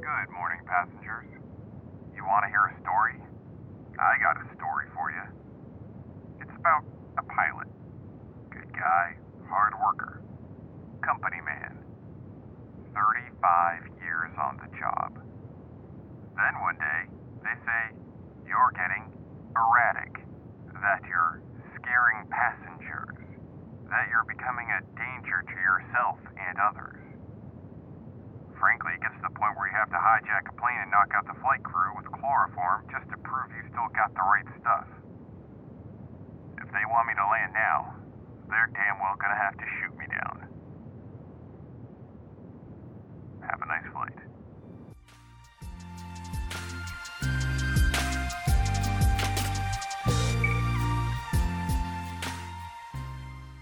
Good morning, passengers. You want to hear a story? I got a story for you. It's about a pilot. Good guy, hard worker, company man. 35 years on the job. Then one day, they say you're getting erratic, that you're scaring passengers, that you're becoming a danger to yourself and others. Frankly, it gets to the point where you have to hijack a plane and knock out the flight crew with chloroform just to prove you still got the right stuff. If they want me to land now, they're damn well gonna have to shoot me down. Have a nice flight.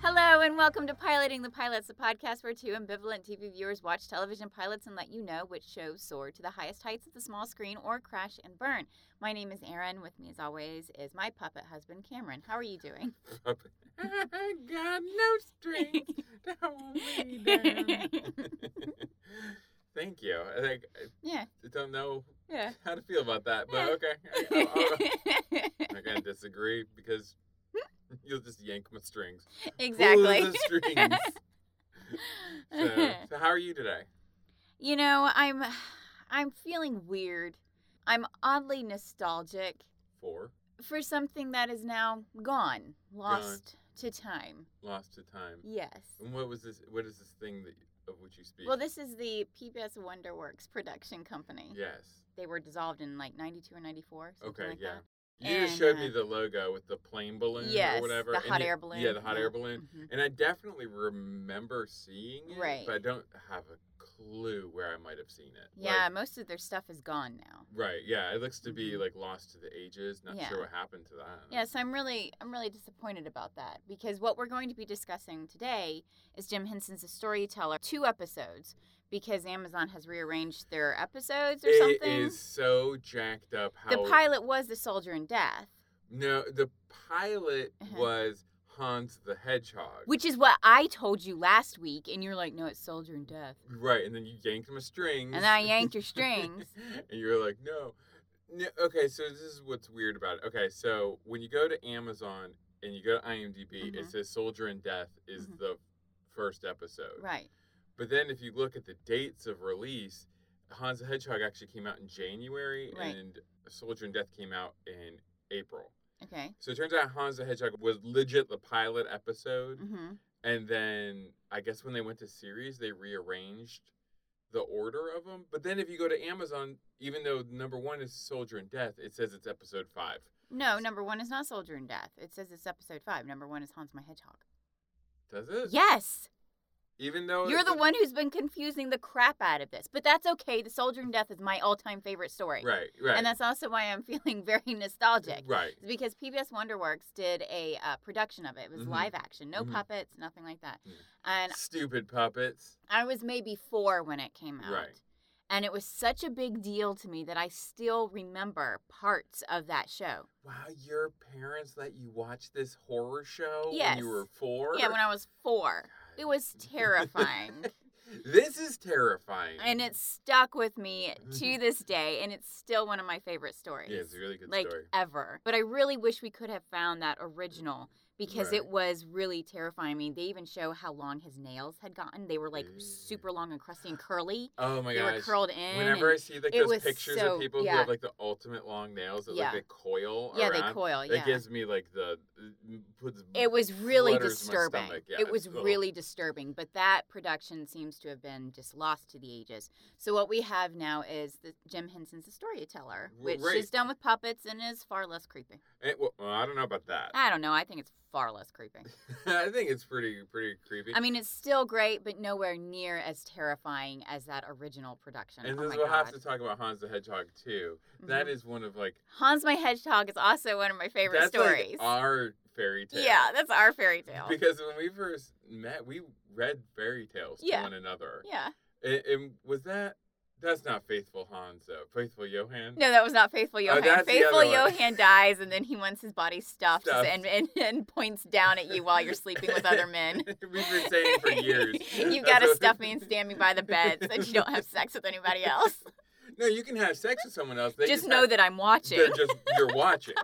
Hello and welcome to Piloting the Pilots, the podcast where two ambivalent TV viewers watch television pilots and let you know which shows soar to the highest heights of the small screen or crash and burn. My name is Erin. With me, as always, is my puppet husband, Cameron. How are you doing? I got no strings to hold me down. Thank you. I think Yeah, I don't know yeah. how to feel about that, but Uh Yeah. okay. I, I'll- I'll- I'm not gonna disagree because you'll just yank my strings. Pull exactly. the strings. So, so how are you today? You know, I'm, I'm feeling weird. I'm oddly nostalgic Four. for something that is now gone, lost to time. Lost to time. Yes. And what was this? What is this thing that of which you speak? Well, this is the PBS Wonderworks production company. Yes. They were dissolved in like 92 or 94. Something Okay, like yeah. that. You just And, showed uh, me the logo with the plane balloon yes, or whatever. the and hot you- air balloon. Yeah, the hot Yeah. air balloon. Mhm. And I definitely remember seeing it, Right. but I don't have a clue where I might have seen it. Yeah, Like, Oh. most of their stuff is gone now. right. Yeah. It looks to be Mhm. like lost to the ages. Not Yeah. sure what happened to that. Yeah, so I'm really I'm really disappointed about that because what we're going to be discussing today is Jim Henson's The Storyteller, two episodes because Amazon has rearranged their episodes or It something. is so jacked up. How the pilot was the soldier in death, No, the pilot Uh-huh. was Hans the Hedgehog. which is what I told you last week and you're like, "No, it's soldier in death." Right, and then you yanked my strings. And I yanked your strings. and you were like, no. no. Okay, so this is what's weird about it. Okay, so when you go to Amazon and you go to IMDb, it Mhm. says Soldier in Death is Mhm. the first episode. Right. But then if you look at the dates of release, Hans the Hedgehog actually came out in January Right. and Soldier in Death came out in April. Okay. So it turns out Hans the Hedgehog was legit the pilot episode. Mhm. And then I guess when they went to series, they rearranged the order of them. But then if you go to Amazon, even though number one is Soldier in Death, it says it's episode five. No, number 1 is not soldier in death. It says it's episode 5. Number 1 is Hans my hedgehog. Does it? Yes. Even though You're it's the one who's been confusing the crap out of this, but that's okay. The Soldier in Death is my all-time favorite story, Right. Right. and that's also why I'm feeling very nostalgic. Right. It's because PBS WonderWorks did a uh, production of it. It was Mhm. live action, no Mhm. puppets, nothing like that. Mm. And Stupid puppets. I was maybe four when it came out, Right. and it was such a big deal to me that I still remember parts of that show. Wow, your parents let you watch this horror show when Yes. you were four? Yeah, when I was four, it was terrifying. this is terrifying. And it stuck with me to this day, and it's still one of my favorite stories. Yeah, it's a really good like story. ever. But I really wish we could have found that original because Right. it was really terrifying. I mean, they even show how long his nails had gotten. They were like Yeah. super long and crusty and curly. Oh my they gosh. were curled in. Whenever I and- see like it those was pictures so- of people yeah. who have like the ultimate long nails that Yeah. like they coil yeah, around, they coil. It Yeah. gives me like the m- puts. it was really flutters my disturbing. stomach, yeah, It was it's- ugh. really disturbing, but that production seems to have been just lost to the ages. So what we have now is the Jim Henson's The Storyteller, R- which right. is done with puppets and is far less creepy. it- eh, well, I don't know about that. I don't know. I think it's far less creepy. I think it's pretty pretty creepy. I mean, it's still great, but nowhere near as terrifying as that original production. and oh this my we'll god. have to talk about Hans the Hedgehog too. That Mhm. is one of like Hans my Hedgehog is also one of my favorite that's stories. like our fairy tale. yeah, that's our fairy tale. Because when we first met, we read fairy tales Yeah. to one another. yeah. And, and was that? That's not faithful Hans though. Faithful Johan. No, that was not Faithful Johan. Oh, that's the Faithful other one. Johan dies, and then he wants his body stuffed, Stuffed. And, and, and points down at you while you're sleeping with other men. We've been saying for years. You've That's got to what- stuff me and stand me by the bed so that you don't have sex with anybody else. No, you can have sex with someone else. They just know have- that I'm watching. They're just you're watching.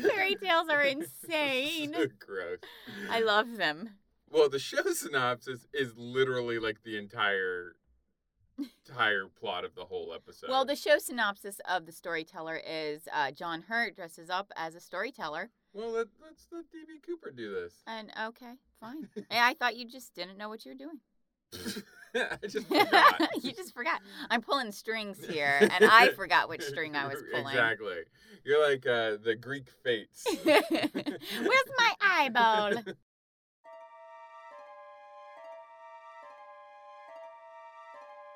Fairy tales are insane. so gross. I love them. Well, the show synopsis is literally like the entire entire plot of the whole episode. Well, the show synopsis of the storyteller is uh, John Hurt dresses up as a storyteller, well let, let's let DB Cooper do this. and okay, fine. I I thought you just didn't know what you were doing. I just forgot. you just forgot. I'm pulling strings here, and I forgot which string I was pulling. Exactly. You're like uh, the Greek fates. Where's my eyeball?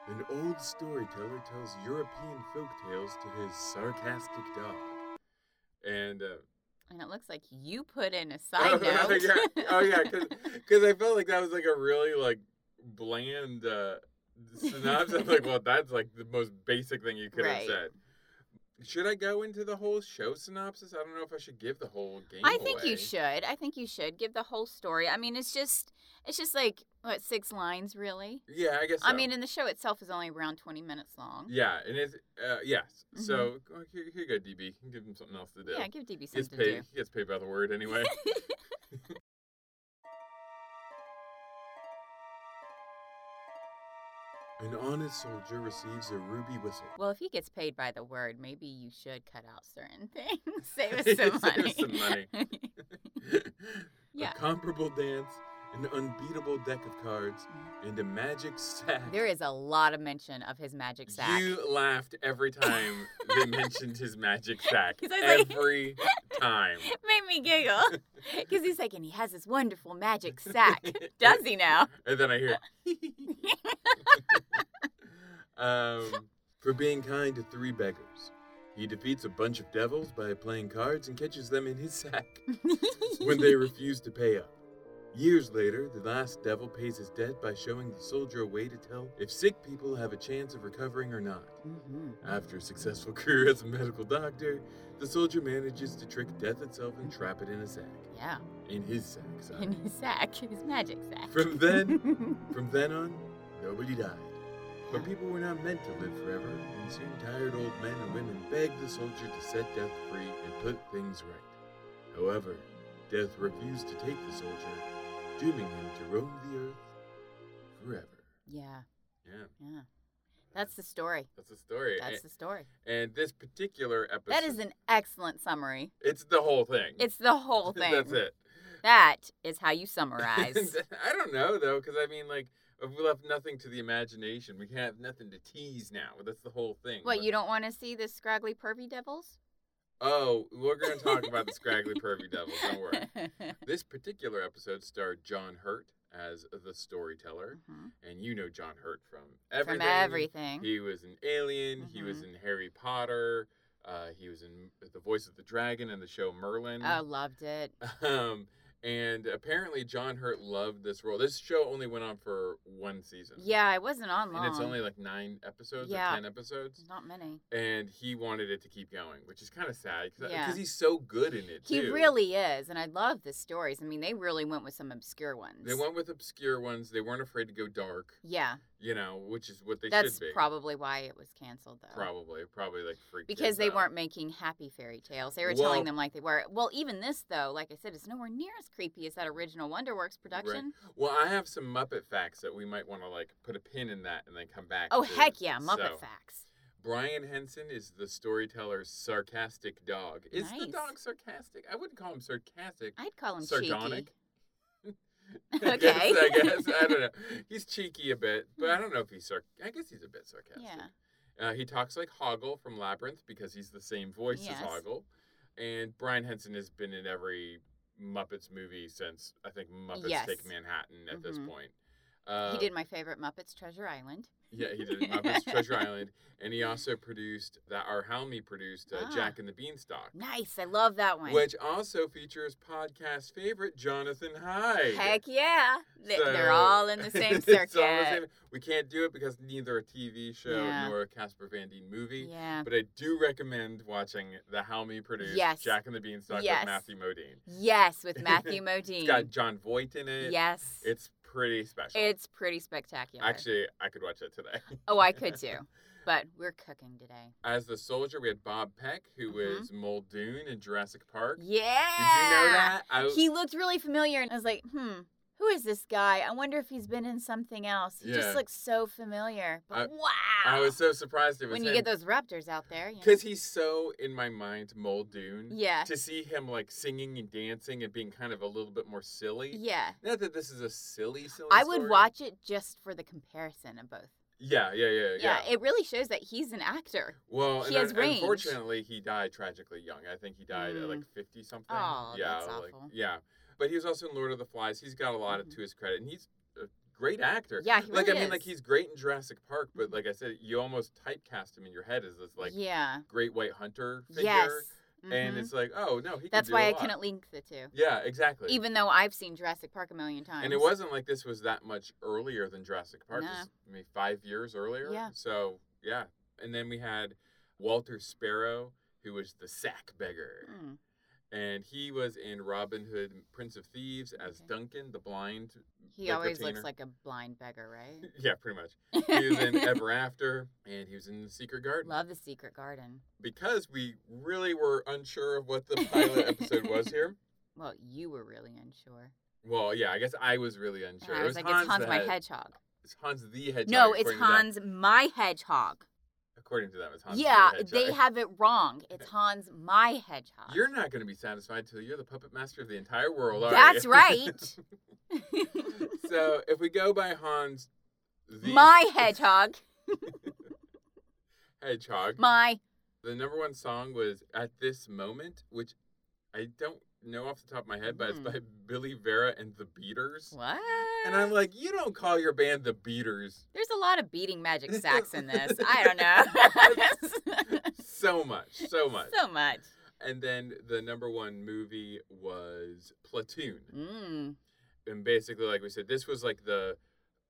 An old storyteller tells European folk tales to his sarcastic dog. And uh, And it looks like you put in a side oh, note. yeah, oh yeah, because I felt like that was like a really like bland uh, synopsis. I'm like, well, that's like the most basic thing you could have Right. said. Should I go into the whole show synopsis? I don't know if I should give the whole game. I think away. you should. I think you should give the whole story. I mean, it's just it's just like what six lines really. Yeah, I guess. I so. mean, and the show itself is only around twenty minutes long. Yeah, and it's uh, yes. So go- here, here you go, DB. Give him something else to do. Mm-hmm. Yeah, give DB He gets something to paid. do. He gets paid by the word anyway. An honest soldier receives a ruby whistle. Well, if he gets paid by the word, maybe you should cut out certain things. Save us some Save us money. some money. Yeah. A comparable dance, an unbeatable deck of cards, and a magic sack. there is a lot of mention of his magic sack. You laughed every time they mentioned his magic sack. 'Cause I was like- Every time. Made me giggle because he's like, and he has this wonderful magic sack. Does he now? And then I hear, um, for being kind to three beggars. He defeats a bunch of devils by playing cards and catches them in his sack when they refuse to pay up. Years later, the last devil pays his debt by showing the soldier a way to tell if sick people have a chance of recovering or not. Mhm. After a successful career as a medical doctor, the soldier manages to trick death itself and trap it in a sack. Yeah, In his sack, sorry. in his sack, his magic sack. From then- From then on, nobody died. But people were not meant to live forever, and soon tired old men and women begged the soldier to set death free and put things right. However, death refused to take the soldier, dooming him to roam the earth forever. yeah, Yeah, yeah. That's the story. that's the story. That's the story. and, and this particular episode. That is an excellent summary. It's the whole thing. It's the whole thing. Mm. That's it. That is how you summarize. I don't know though, because I mean, like, if we left nothing to the imagination. We have nothing to tease now. That's the whole thing. what, Like, you don't want to see the scraggly pervy devils? Oh, we're going to talk about the scraggly pervy devils. Don't worry. This particular episode starred John Hurt as the storyteller, Mhm. and you know John Hurt from everything. From everything. Mm-hmm. He was an alien. He was in Harry Potter. Uh, he was in the voice of the dragon and the show Merlin. I loved it. Um, and apparently John Hurt loved this role. This show only went on for one season. Yeah, it wasn't on long. And it's only like nine episodes Yeah. or ten episodes, not many. and he wanted it to keep going, which is kind of sad because Yeah. he's so good in it. He too. really is, and I love the stories. I mean, they really went with some obscure ones. They went with obscure ones. They weren't afraid to go dark, Yeah, you know, which is what they that's should be. probably why it was canceled, though. probably, probably like freaked. Because kids they out. weren't making happy fairy tales. They were Well- telling them like they were. Well, even this, though, like I said, is nowhere near as creepy as that original Wonderworks production. Well, I have some Muppet facts that we might want to like put a pin in that and then come back. Oh, to. heck yeah, Muppet So, Facts. Brian Henson is the storyteller's sarcastic dog. Is the Nice. dog sarcastic? I wouldn't call him sarcastic. I'd call him Sardonic? cheeky. I guess, Okay. I guess I don't know. He's cheeky a bit, but I don't know if he's sarc. I guess he's a bit sarcastic. Yeah. Uh, he talks like Hoggle from Labyrinth because he's the same voice Yes. as Hoggle. And Brian Henson has been in every Muppets movie since I think Muppets Yes. Take Manhattan at this Mhm. point. Uh, he did my favorite Muppets, Treasure Island. Yeah, he did Muppets Treasure Island, and he also produced that. Our Helmy produced uh, Ah. Jack and the Beanstalk, Nice, I love that one. which also features podcast favorite Jonathan Hyde. Heck yeah, they, they're So- all in the same it's all the circuit. same- We can't do it because neither a TV show Yeah. nor a Casper Van Dien movie. Yeah. But I do recommend watching the Helmy produced Yes. Jack and the Beanstalk Yes. with Matthew Modine. Yes, with Matthew It's Modine. got John Voight in it. yes. It's pretty special. It's pretty spectacular. Actually, I could watch it today. oh, I could too, but we're cooking today. As the soldier, we had Bob Peck, who Mhm. was Muldoon in Jurassic Park. Yeah. Did you know Did you know that? I, He looked really familiar, and I was like, hmm. Who is this guy? I wonder if he's been in something else. He Yeah. just looks so familiar. But wow! I was so surprised it was when you him. get those raptors out there, you know. Because he's so in my mind, Muldoon. yeah, To see him like singing and dancing and being kind of a little bit more silly. yeah. Not that this is a silly, silly. I would story. watch it just for the comparison of both. Yeah, yeah, yeah, yeah. Yeah, it really shows that he's an actor. well, he and has un- range. unfortunately, he died tragically young. I think he died at Mm. like fifty something. Oh, yeah, that's like, awful. Yeah, but he was also in Lord of the Flies. He's got a lot Mhm. to his credit, and he's a great actor. Yeah, he like really I mean, like is. he's great in Jurassic Park, but Mhm. like I said, you almost typecast him in your head as this like yeah. great white hunter figure, Yes. and Mhm. it's like, oh no, he. can That's do why I I couldn't link the two. Yeah, exactly. Even though I've seen Jurassic Park a million times. And it wasn't like this was that much earlier than Jurassic Park. Nah. Just maybe five years earlier. Yeah. So yeah. And then we had Walter Sparrow, who was the sack beggar. Mm. And he was in Robin Hood, Prince of Thieves as Okay. Duncan, the blind. He Like always retainer. looks like a blind beggar, right? Yeah, pretty much. He was in Ever After, and he was in The Secret Garden. Love the Secret Garden. Because we really were unsure of what the pilot episode was here. Well, you were really unsure. Well, yeah, I guess I was really And unsure. I it was like, was Hans it's Hans the my Hedge- hedgehog. It's Hans the Hedgehog. No, it's according to them. Hans my hedgehog. According to them, it's Hans. yeah, the Hedgehog. they have it wrong. It's Hans my hedgehog. You're not going to be satisfied till you're the puppet master of the entire world. Are That's you? right. so if we go by Hans, the my hedgehog. hedgehog. My the number one song was "At This Moment," which I don't know off the top of my head, but Mhm. it's by Billy Vera and the Beaters. what? And I'm like, you don't call your band the Beaters There's a lot of beating magic sacks in this. I don't know. so much, so much. So much. and then the number one movie was Platoon. Mm. and basically like we said this was like the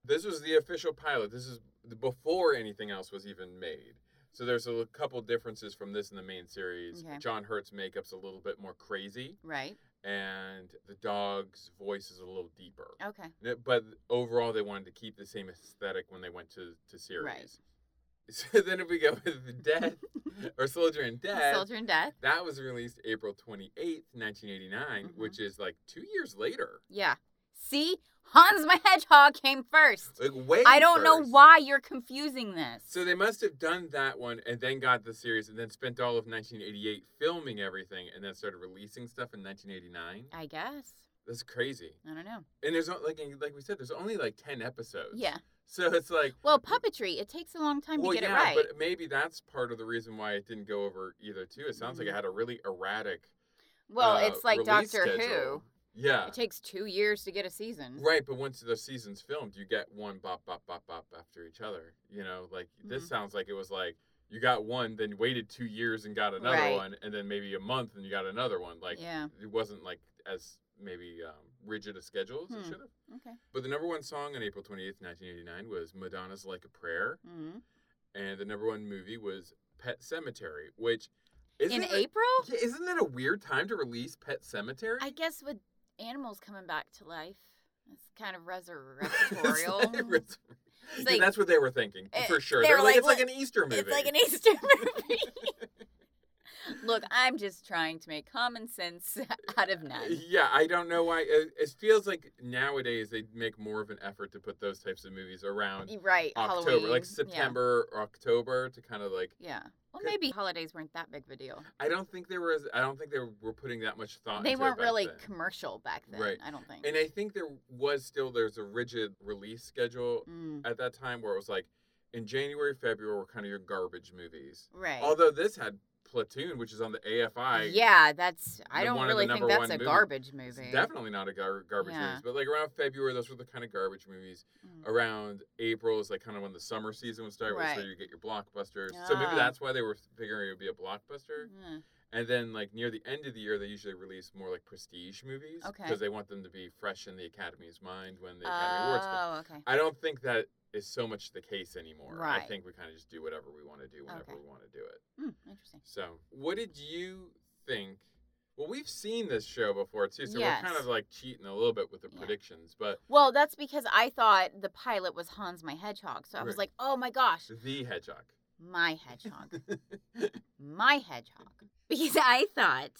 this was the official pilot this is the- before anything else was even made so there's a l- couple differences from this and the main series Okay. john hurt's makeup's a little bit more crazy Right. and the dog's voice is a little deeper Okay. N- but overall they wanted to keep the same aesthetic when they went to, to series Right. so then if we go with the death or soldier and death Soldier and Death. that was released april 28th 1989 Mhm. which is like two years later Yeah. See, Hans my hedgehog came first. like way I don't know first. why you're confusing this. So they must have done that one and then got the series and then spent all of 1988 filming everything and then started releasing stuff in 1989. I guess. That's crazy. I don't know. And there's o- like and like we said, there's only like 10 episodes. Yeah. So it's like. Well, puppetry, it takes a long time Well, to get yeah, it right. but maybe that's part of the reason why it didn't go over either too. It sounds like it Mhm. had a really erratic. well, uh, it's like release Doctor schedule. Yeah. Who. It takes two years to get a season. Right, but once the season's filmed, you get one bop bop bop bop after each other. You know, like this Mhm. sounds like it was like you got one, then waited two years and got another Right. one, and then maybe a month and you got another one. Like Yeah. it wasn't like as maybe um, rigid a schedule as Hmm. it should have. Okay. But the number one song on April twenty eighth, nineteen eighty nine, was Madonna's "Like a Prayer," hmm and the number one movie was Pet Cemetery, which isn't In that- April? Yeah, isn't that a weird time to release Pet Cemetery? I guess with animals coming back to life, it's kind of It's like resurrectorial. res- Yeah, like- that's what they were thinking Eh, for sure. they They're were like, like, it's like "Look, an Easter movie. it's like an Easter movie. Look, I'm just trying to make common sense out of none. yeah, I don't know why. It, it feels like nowadays they make more of an effort to put those types of movies around You're Right, October, Halloween. like yeah, September or October, to kind of like. Yeah. Well, Good. maybe holidays weren't that big of a deal. I don't think there was. I don't think they were putting that much thought. They into it weren't back really then. commercial back then. Right. I don't think. And I think there was still there's a rigid release schedule Mm, at that time where it was like, in January, February were kind of your garbage movies. right. Although this had Platoon, which is on the AFI. yeah, that's. I the don't one of the really think number that's one a movie. garbage It's movie. definitely not a gar- garbage Yeah. movies, but like around February, those were the kind of garbage movies. Mm. Around April is like kind of when the summer season would start, where so Right. you get your blockbusters. So maybe Ah. that's why they were figuring it would be a blockbuster. Yeah. And then like near the end of the year, they usually release more like prestige movies Okay. because they want them to be fresh in the Academy's mind when the Academy Awards. Come. Oh, okay. I don't think that is so much the case anymore. I Right. think we kind of just do whatever we want to do whenever Okay. we want to do it. Mm, interesting. So, what did you think Well, we've seen this show before too, so Yes. we're kind of like cheating a little bit with the Yeah. predictions, but Well, that's because I thought the pilot was Hans my hedgehog. So I was Right. like, oh my gosh, the hedgehog. my hedgehog. my hedgehog. Because I thought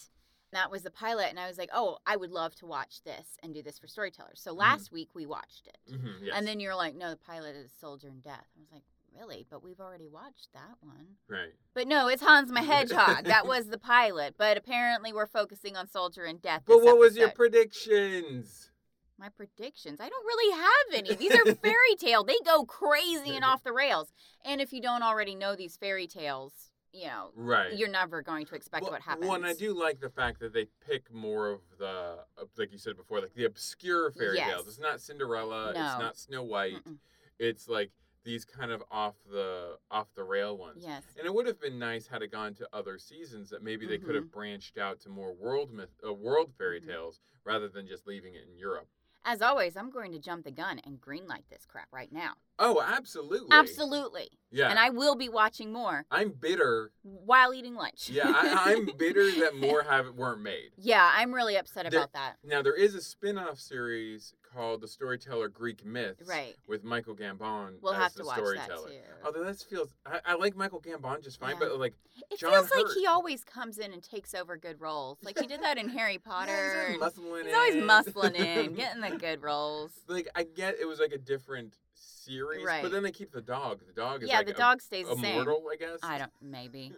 that was the pilot and I was like, oh, I would love to watch this and do this for storytellers. So last week we watched it. Mhm, Mm-hmm. yes. And then you're like, no, the pilot is Soldier in Death. I was like, really? But we've already watched that one. right. But no, it's Hans my Hedgehog. that was the pilot. But apparently we're focusing on Soldier in Death. But this what was your episode. predictions? My predictions. I don't really have any. These are fairy tale. They go crazy and off the rails. And if you don't already know these fairy tales, you know, Right. you're never going to expect well, what happens. Well, and I do like the fact that they pick more of the, uh, like you said before, like the obscure fairy Yes. tales. It's not Cinderella. No. It's not Snow White. Mm-mm. It's like these kind of off the off the rail ones. Yes. And it would have been nice had it gone to other seasons that maybe they could have Mm-hmm. branched out to more world myth, uh, world fairy Mhm. tales rather than just leaving it in Europe. As always, I'm going to jump the gun and greenlight this crap right now. Oh, absolutely. Absolutely. Yeah. And I will be watching more I'm bitter. while eating lunch. Yeah, I, I'm bitter that more haven't weren't made. Yeah, I'm really upset There- about that. Now there is a spin-off series called The Storyteller Greek Myths. Right. With Michael Gambon We'll as have the to watch that storyteller. too. Although that feels I, I like Michael Gambon just fine, Yeah. but like It John feels like he Hurt. always comes in and takes over good roles. Like he did that in Harry Potter. yeah, and- he's always muscling He's always in. muscling in, getting the good roles. like I get it was like a different series, Right. but then they keep the dog. The dog is Yeah, like the a- dog stays the same. immortal, I guess. I don't. Maybe.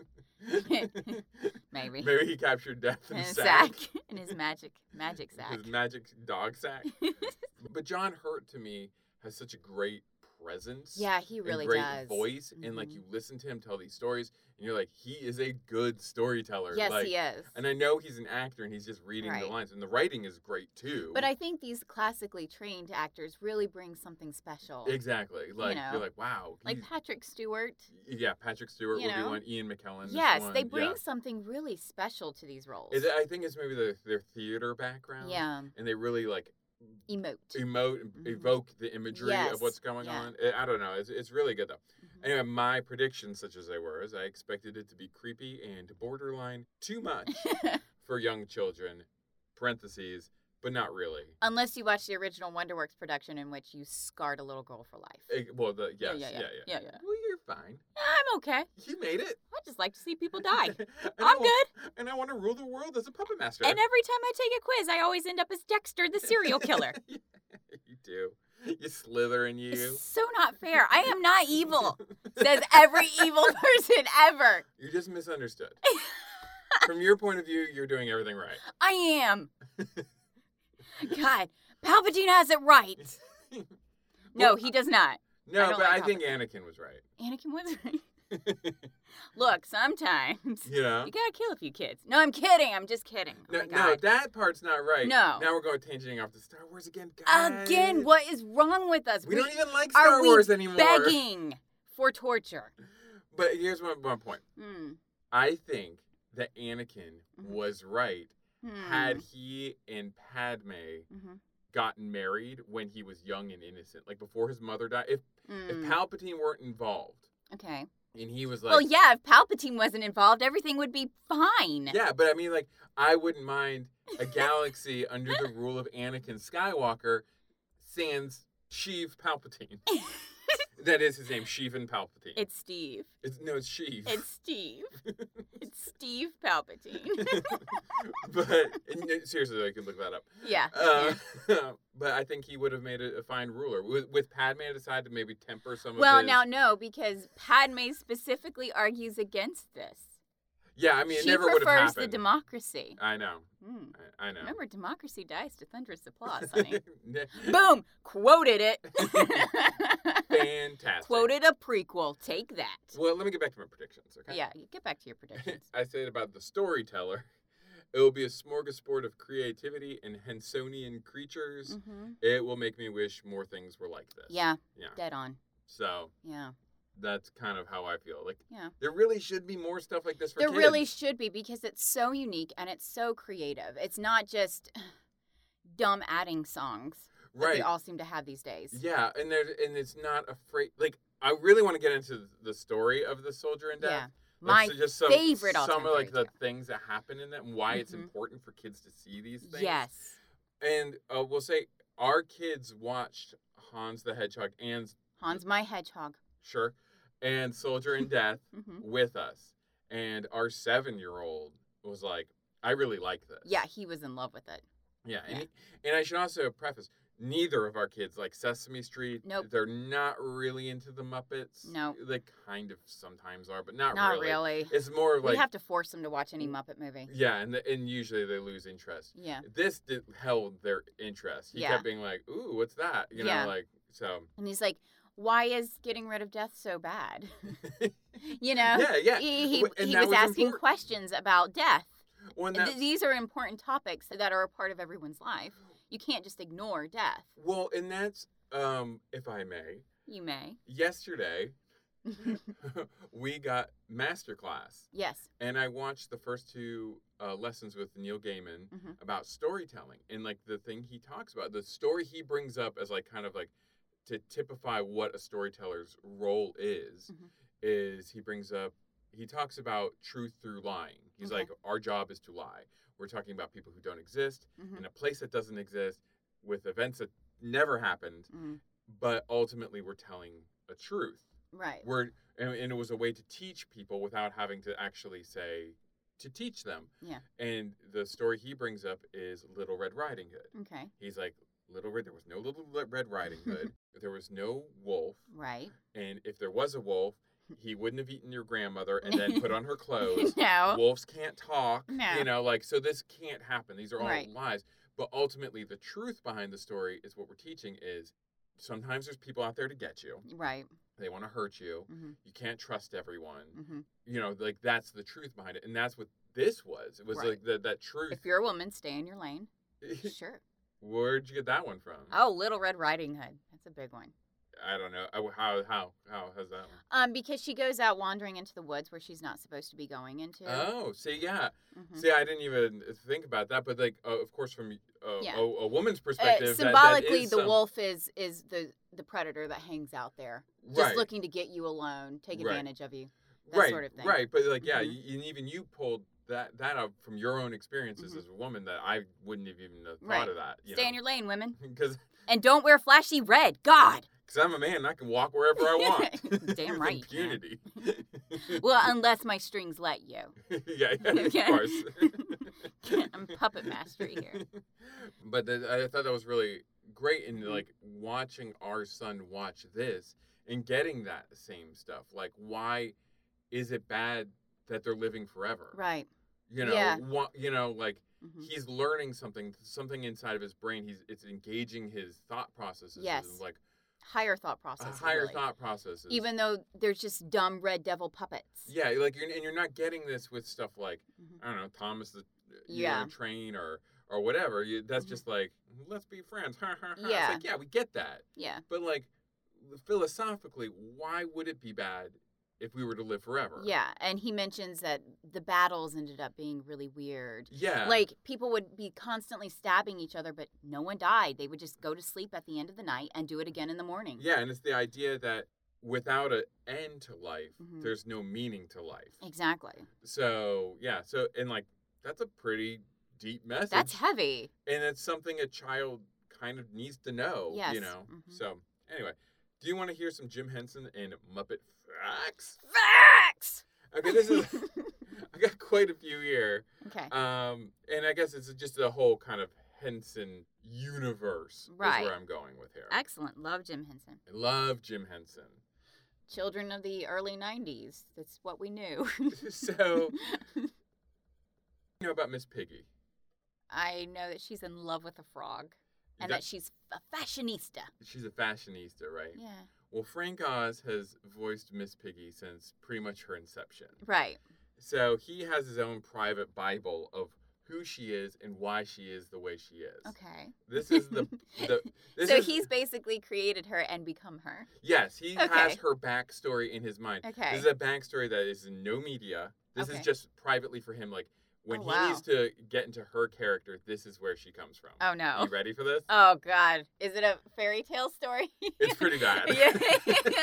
Maybe. Maybe he captured death in In a his sack. sack. In his magic, magic sack. His magic dog sack. but John Hurt to me has such a great presence. yeah, he and really great does. voice, and like Mhm. you listen to him tell these stories, and you're like, he is a good storyteller. Yes, like, he is. And I know he's an actor, and he's just reading the Right. lines, and the writing is great too. But I think these classically trained actors really bring something special. exactly like you know, are like wow, Like he's- Patrick Stewart. yeah, Patrick Stewart you would know? be one, Ian McKellen. is Yes, they one, bring yeah. something really special to these roles. Is it- I think it's maybe the, their theater background. yeah, and they really like emote. emote and Mhm. evoke the imagery Yes, of what's going yeah. on. eh, I I don't know. It's, it's really good though. Mhm. Anyway, my predictions, such as they were, is I expected it to be creepy and borderline too much Mm-hmm. for young children, parentheses, but not really. Unless you watch the original WonderWorks production, in which you scarred a little girl for life. Eh, well, the yes, Yeah, yeah, yeah, yeah, yeah. Yeah, yeah. Well, you're fine. I'm okay. You made it. I just like to see people die. And I I'm wa- good. And I want to rule the world as a puppet master. And every time I take a quiz, I always end up as Dexter, the serial killer. you do. You slither in you. It's so not fair. I am not evil, says every evil person ever. You're just misunderstood. From your point of view, you're doing everything right. I am. God, Palpatine has it right. No, Well, uh he does not. No, I don't but like I think Anakin was right. Anakin was right. Look, sometimes You know? you gotta kill a few kids. No, I'm kidding. I'm just kidding. Oh No, my no, God. that part's not right. No. Now we're going tangenting off to Star Wars again. Again, guys. what is wrong with us? We don't even like are Star we Wars anymore. begging for torture. But here's my, my point. Mm, I think that Anakin Mhm. was right mm, had he and Padme mhm, gotten married when he was young and innocent, like before his mother died. If mm. if Palpatine weren't involved okay. and he was like, well, yeah, if Palpatine wasn't involved, everything would be fine. Yeah, but I mean, like, I wouldn't mind a galaxy under the rule of Anakin Skywalker, sans Sheev Palpatine. that is his name, Sheevan Palpatine. It's Steve. It's- no, it's Sheev. It's Steve. it's Steve Palpatine. but and, uh, seriously, I could look that up. yeah. Uh, but I think he would have made a, a fine ruler. With, with Padme, I decided to maybe temper some well, of his. now no, because Padme specifically argues against this. yeah, I mean, it she never would have prefers the happened. Uh, democracy. I know, Hmm. I, I know. Remember, democracy dies to thunderous applause, honey. Ne- Boom! Quoted it. Fantastic. Quoted a prequel. Take that. Well, let me get back to my predictions, okay? Yeah, you get back to your predictions. I said about the storyteller. It will be a smorgasbord of creativity and Hensonian creatures. hmm It will make me wish more things were like this. Yeah, Yeah. dead on. So Yeah. that's kind of how I feel. Like Yeah. there really should be more stuff like this for there kids. really should be because it's so unique and it's so creative it's not just dumb adding songs that right. we all seem to have these days yeah, and there and it's not afraid. Like I really want to get into the story of the soldier in death. My Let's just some, favorite Some of alternative like the too. things that happen in that and why it's Mhm. important for kids to see these things. Yes. And uh, we'll say our kids watched Hans the Hedgehog and Hans my hedgehog. sure and Soldier in Death hmm with us, and our seven-year-old was like, "I really like this." Yeah, he was in love with it. Yeah, and, and I should also preface neither of our kids like Sesame Street. Nope. They're not really into the Muppets. Nope. They kind of sometimes are, but not, Not really. really. It's more we like Mm, have to force him to watch any Muppet movie. yeah, and the, and usually they lose interest. Yeah. This did, held their interest. He Yeah. kept being like, "Ooh, what's that?" You know, Yeah. like so. And he's like, why is getting rid of death so bad? you know? yeah, yeah. He, he, W- and he that was, asking important. questions about death. Well, and Th- that- These are important topics that are a part of everyone's life. You can't just ignore death. well, and that's um, if I may, You may. yesterday we got masterclass. yes. and I watched the first two uh, lessons with Neil Gaiman Mhm. about storytelling and like the thing he talks about, the story he brings up as like kind of like to typify what a storyteller's role is. Mhm. Is he brings up he talks about truth through lying. He's Okay. like our job is to lie. We're talking about people who don't exist Mhm. in a place that doesn't exist with events that never happened, Mhm. but ultimately we're telling a truth Right. where and, and it was a way to teach people without having to actually say to teach them Yeah. and the story he brings up is little red riding hood Okay. he's like little red there was no little Le- red riding hood there was no wolf Right. and if there was a wolf he wouldn't have eaten your grandmother and then put on her clothes no. wolves can't talk No. you know like so this can't happen these are all Right. lies but ultimately the truth behind the story is what we're teaching is sometimes there's people out there to get you Right. they want to hurt you hmm you can't trust everyone hmm you know like that's the truth behind it and that's what this was it was Right. like the, that truth If you're a woman, stay in your lane. Sure. where'd you get that one from Oh, Little Red Riding Hood. That's a big one. i don't know Oh, how how how has that one Um, because she goes out wandering into the woods where she's not supposed to be going into. oh see yeah Mhm. see i didn't even think about that but like uh, of course from uh, Yeah. a, a woman's Uh, perspective that- that symbolically, is the some- wolf is is the the predator that hangs out there, just right looking to get you alone, take Right. advantage of you. that right sort of thing. right but like yeah Mhm. you, and even you pulled that that out from your own experiences Mhm. as a woman that i wouldn't have even have thought Right. of that you Stay in your lane, women, because and don't wear flashy red. God. Because I'm a man, and I can walk wherever I want. Damn With right you can. Impunity. Well, unless my strings let you. yeah, yeah, of Yeah. course. I'm puppet mastery here. But that I thought that was really great in Mhm. like watching our son watch this and getting that same stuff. Like, why is it bad that they're living forever? Right. You know, Yeah. wha- you know, like hmm he's learning something, something inside of his brain. He's it's engaging his thought processes. Yes. and, like Higher thought process. higher really. thought processes. Even though they're just dumb red devil puppets. Yeah, like you're, and you're not getting this with stuff like Mhm. I don't know Thomas the you Yeah. know, train or or whatever. You, that's Mhm. just like let's be friends. ha, ha, ha. It's Yeah. like, yeah, we get that, Yeah. but like philosophically, why would it be bad if we were to live forever? Yeah. And he mentions that the battles ended up being really weird. yeah, Like people would be constantly stabbing each other, but no one died. They would just go to sleep at the end of the night and do it again in the morning. yeah, and it's the idea that without an end to life, Mhm. there's no meaning to life. Exactly. So yeah, so and like that's a pretty deep message. That's heavy. and it's something a child kind of needs to know. Yes. You know. Mhm. So anyway, do you want to hear some Jim Henson and Muppet facts? Facts. Okay, this is I got quite a few here, okay. um, and I guess it's just the whole kind of Henson universe Right. is where I'm going with here. I Excellent. Love Jim Henson. love Jim Henson. Children of the early 90s. That's what we knew. so you know about Miss Piggy. I know that she's in love with a frog and that, That- she's a fashionista. she's a fashionista, right? Yeah. Well, Frank Oz has voiced Miss Piggy since pretty much her inception. Right. So he has his own private Bible of who she is and why she is the way she is. Okay. This is the, the this so is, he's basically created her and become her. yes he Okay. has her backstory in his mind. Okay. This is a backstory that is in no media. This Okay. is just privately for him. Like When Oh, he wow. needs to get into her character, this is where she comes from. Oh no. You ready for this? Oh God, is it a fairy tale story? It's pretty bad. yeah. okay.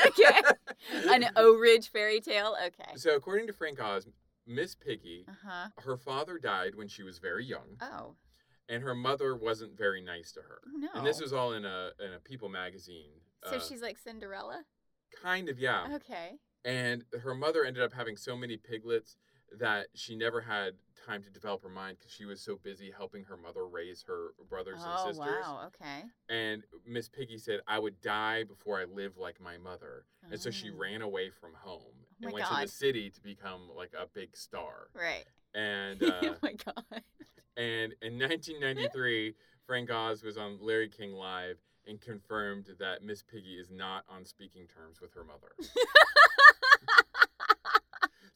Oh, An O Ridge fairy tale. Okay. So according to Frank Oz, Miss Piggy, Uh huh. her father died when she was very young, Oh and her mother wasn't very nice to her. no. And this was all in a in a People magazine. Oh. So uh, um, she's like Cinderella. kind of yeah. Okay. And her mother ended up having so many piglets that she never had time to develop her mind because she was so busy helping her mother raise her brothers Oh and sisters. wow. Okay. And Miss Piggy said, I would die before I live like my mother. And so she Oh. ran away from home my and went to God. the city to become like a big star. Right. And oh uh, my God. and in 1993, Frank Oz was on Larry King Live and confirmed that Miss Piggy is not on speaking terms with her mother.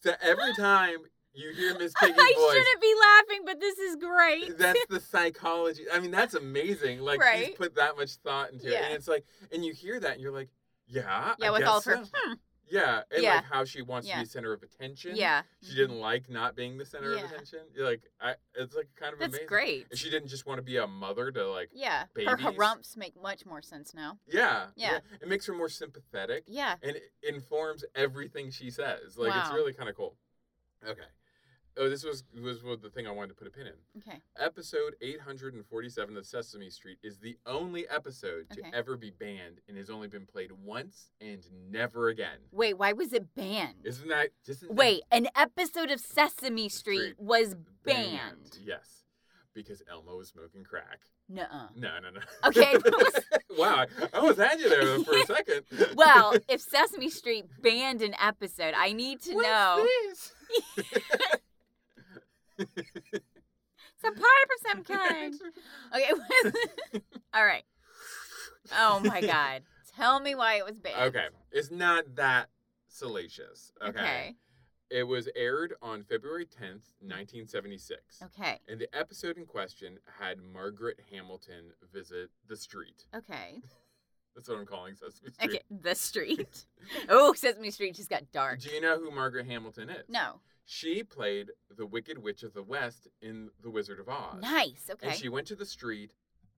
so every time you hear Miss Piggy's I voice, shouldn't be laughing, but this is great. that's the psychology. I mean, that's amazing. Like she's Right. put that much thought into it, Yeah. and it's like, and you hear that, and you're like, yeah, yeah, I with guess all of her. so. hmm, Yeah, and Yeah. like how she wants Yeah. to be center of attention. Yeah. she didn't like not being the center Yeah. of attention. You're like, I, it's like kind of That's amazing. great. If she didn't just want to be a mother to like Yeah. Her babies. harumps make much more sense now. yeah, Yeah. It makes her more sympathetic Yeah. and it informs everything she says. Like it's Wow. really kind of cool. Okay. Oh, this was was was the thing I wanted to put a pin in. Okay. Episode 847 of Sesame Street is the only episode Okay. to ever be banned and has only been played once and never again. Wait, why was it banned? Isn't that just Wait, an episode of Sesame Street Street. was banned. Yes. Because Elmo was smoking crack. Nuh-uh. No, no, no. Okay, that wow, I almost had you there for a second. Well, if Sesame Street banned an episode, I need to What's know. this? It's a pipe of some kind. Okay. what- All right. Oh my God. Tell me why it was banned. Okay, it's not that salacious. Okay. Okay. It was aired on February 10th, 1976. Okay. And the episode in question had Margaret Hamilton visit the street. Okay. That's what I'm calling Sesame Street. Okay. The street. Oh, Sesame Street just got dark. Do you know who Margaret Hamilton is? No. She played the Wicked Witch of the West in The Wizard of Oz. Nice. Okay. And she went to the street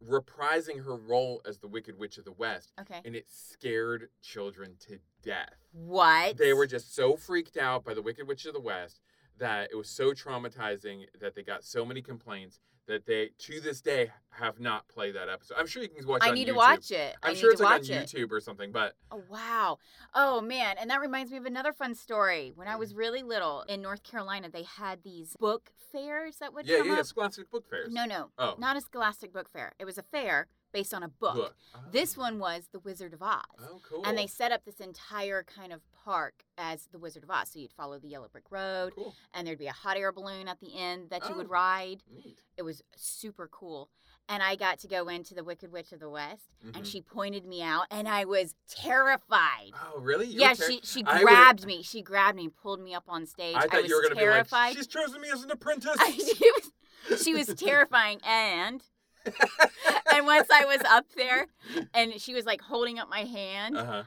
reprising her role as the Wicked Witch of the West, Okay. and it scared children to death. What? They were just so freaked out by the Wicked Witch of the West that it was so traumatizing that they got so many complaints that they, to this day, have not played that episode. I'm sure you can watch it I on need YouTube. to watch it. I I'm need sure to it's like on watch it. YouTube or something, but Oh, wow. Oh, man. And that reminds me of another fun story. When I was really little in North Carolina, they had these book fairs that would yeah, come yeah, yeah, up. Scholastic Book Fairs. No, no. oh, Not a scholastic book fair. It was a fair based on a book. Oh. This one was The Wizard of Oz. Oh, cool. And they set up this entire kind of park as The Wizard of Oz. So you'd follow the yellow brick road, cool. and there'd be a hot air balloon at the end that you would Oh. ride. Neat. It was super cool. And I got to go into The Wicked Witch of the West, and Mhm. she pointed me out, and I was terrified. Oh, really? You yeah, were ter- she she I would've- grabbed me. She grabbed me and pulled me up on stage. I thought was you were gonna terrified. be like, she's chosen me as an apprentice. I- she, was, she was terrifying, and and once I was up there, and she was like holding up my hand, Uh-huh.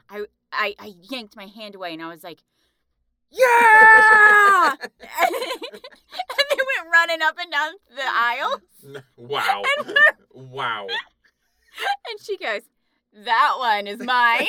I, I yanked my hand away, and I was like, "Ah!" yeah, and they went running up and down the aisle, N- Wow. wow. and she goes, "That one is mine."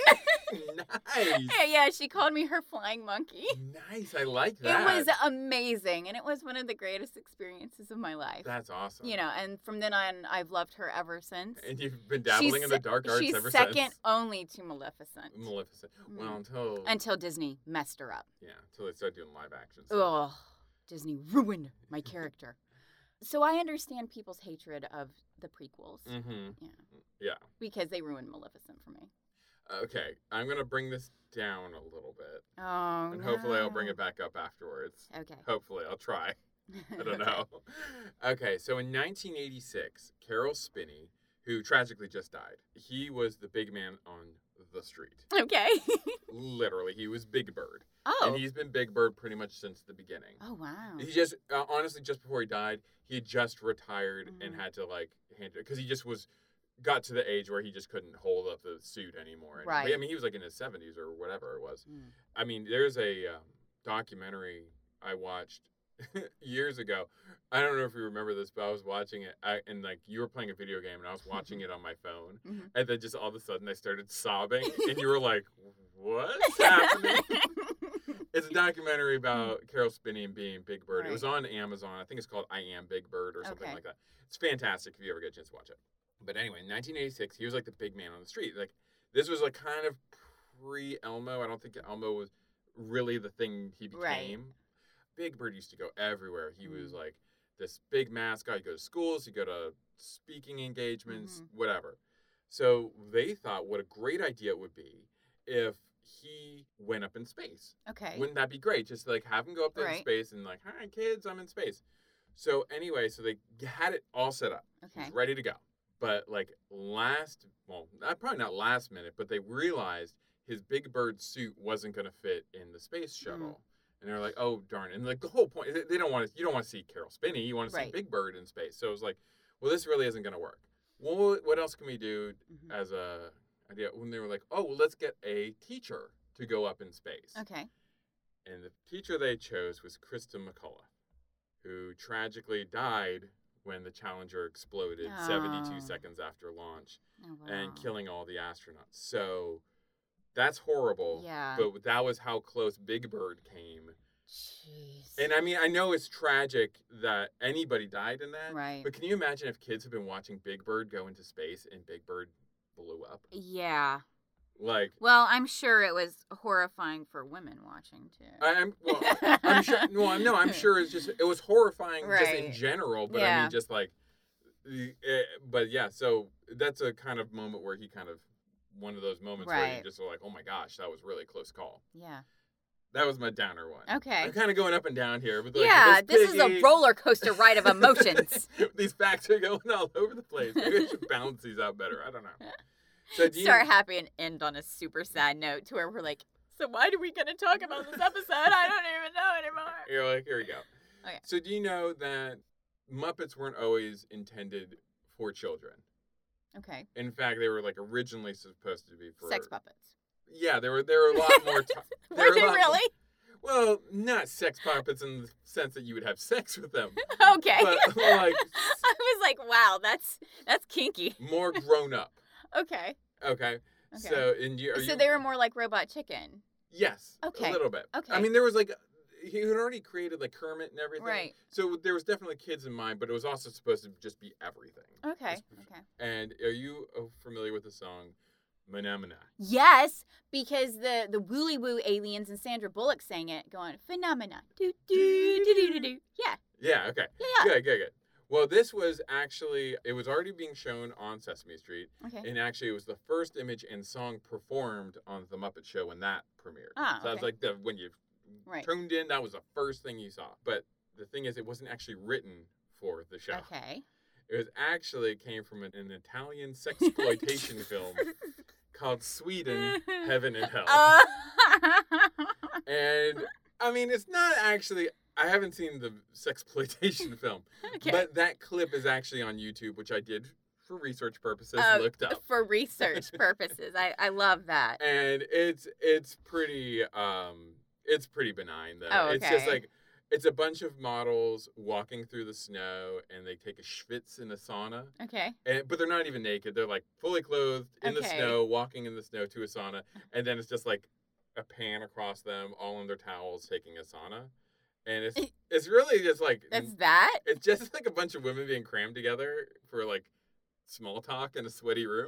Nice. yeah, yeah, she called me her flying monkey. Nice. I like that. It was uh, amazing, and it was one of the greatest experiences of my life. That's awesome. you know, and from then on, I've loved her ever since. And you've been dabbling She's in the se- dark arts She's ever second since. only to Maleficent. Maleficent. Well, Mm. until until Disney messed her up. yeah, until they start doing live action. stuff. Oh, Disney ruined my character. so I understand people's hatred of the prequels Mhm. Yeah. Yeah. because they ruined Maleficent for me. Okay. I'm gonna bring this down a little bit, Oh, and hopefully I'll bring it back up afterwards. Okay. Hopefully, I'll try. I don't know. okay, so in 1986, Carol Spinney, who tragically just died, he was the big man on the street. okay. Literally, he was Big Bird, oh. and he's been Big Bird pretty much since the beginning. oh wow. He just uh, honestly, just before he died, he had just retired and Mhm. had to like handle because he just was got to the age where he just couldn't hold up the suit anymore. And- Right. I mean, he was like in his 70s or whatever it was. Mm. I mean, there's a um, documentary I watched years ago. I don't know if you remember this, but I was watching it, I, and like you were playing a video game, and I was watching it on my phone, Mhm. and then just all of a sudden I started sobbing, and you were like, "What's happening?" it's a documentary about Carol Spinney and being Big Bird. Right. It was on Amazon. I think it's called "I Am Big Bird" or something Okay. like that. It's fantastic if you ever get a chance to watch it. But anyway, in 1986, he was like the big man on the street. Like this was like kind of pre Elmo. I don't think Elmo was really the thing he became. Right. Big Bird used to go everywhere. He was Mhm. like this big mascot. He'd go to schools, he'd go to speaking engagements, Mm-hmm. whatever. So they thought what a great idea it would be if he went up in space. okay. Wouldn't that be great? Just like have him go up there in Right. space and like, hi kids, I'm in space. So anyway, so they had it all set up. He okay. was ready to go. But like last, well, not, probably not last minute, but they realized his Big Bird suit wasn't going to fit in the space Mm. shuttle. And they're like, oh, darn. And like the whole point, they- they don't want to, you don't want to see Carol Spinney. You want to see Right. Big Bird in space. So it was like, well, this really isn't going to work. Well, what else can we do Mhm. as a idea? When they were like, oh, well, let's get a teacher to go up in space. Okay. And the teacher they chose was Krista McCullough, who tragically died when the Challenger exploded 72 Oh. seconds after launch Oh, wow. and killing all the astronauts. So that's horrible. Yeah. But that was how close Big Bird came. Jeez. And I mean, I know it's tragic that anybody died in that. Right. But can you imagine if kids have been watching Big Bird go into space and Big Bird blew up? yeah. Like, Well, I'm sure it was horrifying for women watching too. I, I'm well, I'm sure. No, I'm- no, I'm sure it's just it was horrifying just in Right. general. But I Yeah. mean, just like, the- eh, but yeah. So that's a kind of moment where he kind of one of those moments where you Right. just are like, oh my gosh, that was really a close call. Yeah. That was my downer one. Okay. I'm kind of going up and down here. But like, yeah, this is a piggy- roller coaster ride of emotions. these facts are going all over the place. Maybe I should balance these out better. I don't know. So do you, Start happy and end on a super sad note to where we're like, so why do we gonna talk about this episode? I don't even know anymore. You're like, here we go. Okay. So do you know that Muppets weren't always intended for children? Okay. In fact, they were like originally supposed to be for Sex puppets. Yeah, they were. They were a lot more. T- Were were they a lot really? More, well, not sex puppets in the sense that you would have sex with them, Okay. but like I was like, wow, that's that's kinky. more grown up. Okay. Okay. Okay. So and you. Are so you, they were more like robot chicken. Yes. Okay. A little bit. Okay. I mean, there was like he had already created like Kermit and everything. Right. So there was definitely kids in mind, but it was also supposed to just be everything. Okay. It's- Okay. And are you uh, familiar with the song Manamana? Yes, because the the Wooly Woo aliens and Sandra Bullock sang it, going phenomena. Do do do do do do. Yeah, Yeah. Okay. yeah, Good. Good. Good. Well, this was actually it was already being shown on Sesame Street, yeah. Okay. and actually it was the first image and song performed on the Muppet Show when that premiered. Ah, so that's okay. like the when you Right. tuned in, that was the first thing you saw. But the thing is, it wasn't actually written for the show. Okay. It was actually came from an, an Italian sex exploitation film called Sweden Heaven and Hell. Uh, and I mean, it's not actually. I haven't seen the sexploitation film, okay. but that clip is actually on YouTube, which I did for research purposes, Uh, looked up, For research purposes, I I love that. and it's it's pretty um it's pretty benign though. Oh, It's just okay. like it's a bunch of models walking through the snow, and they take a schwitz in a sauna. Okay. And, but they're not even naked. They're like fully clothed in the Okay. snow, walking in the snow to a sauna, and then it's just like a pan across them, all in their towels, taking a sauna. And it's it's really just like That's that. it's just like a bunch of women being crammed together for like small talk in a sweaty room.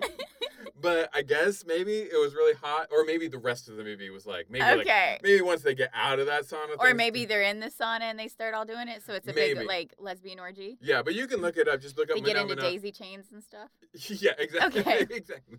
but I guess maybe it was really hot, or maybe the rest of the movie was like maybe like Okay. maybe once they get out of that sauna, Or things- maybe they're in the sauna and they start all doing it, so it's a Maybe. big like lesbian orgy. yeah. But you can look it up. Just look up. They get into Menomina. daisy chains and stuff. Yeah, exactly. Okay. exactly.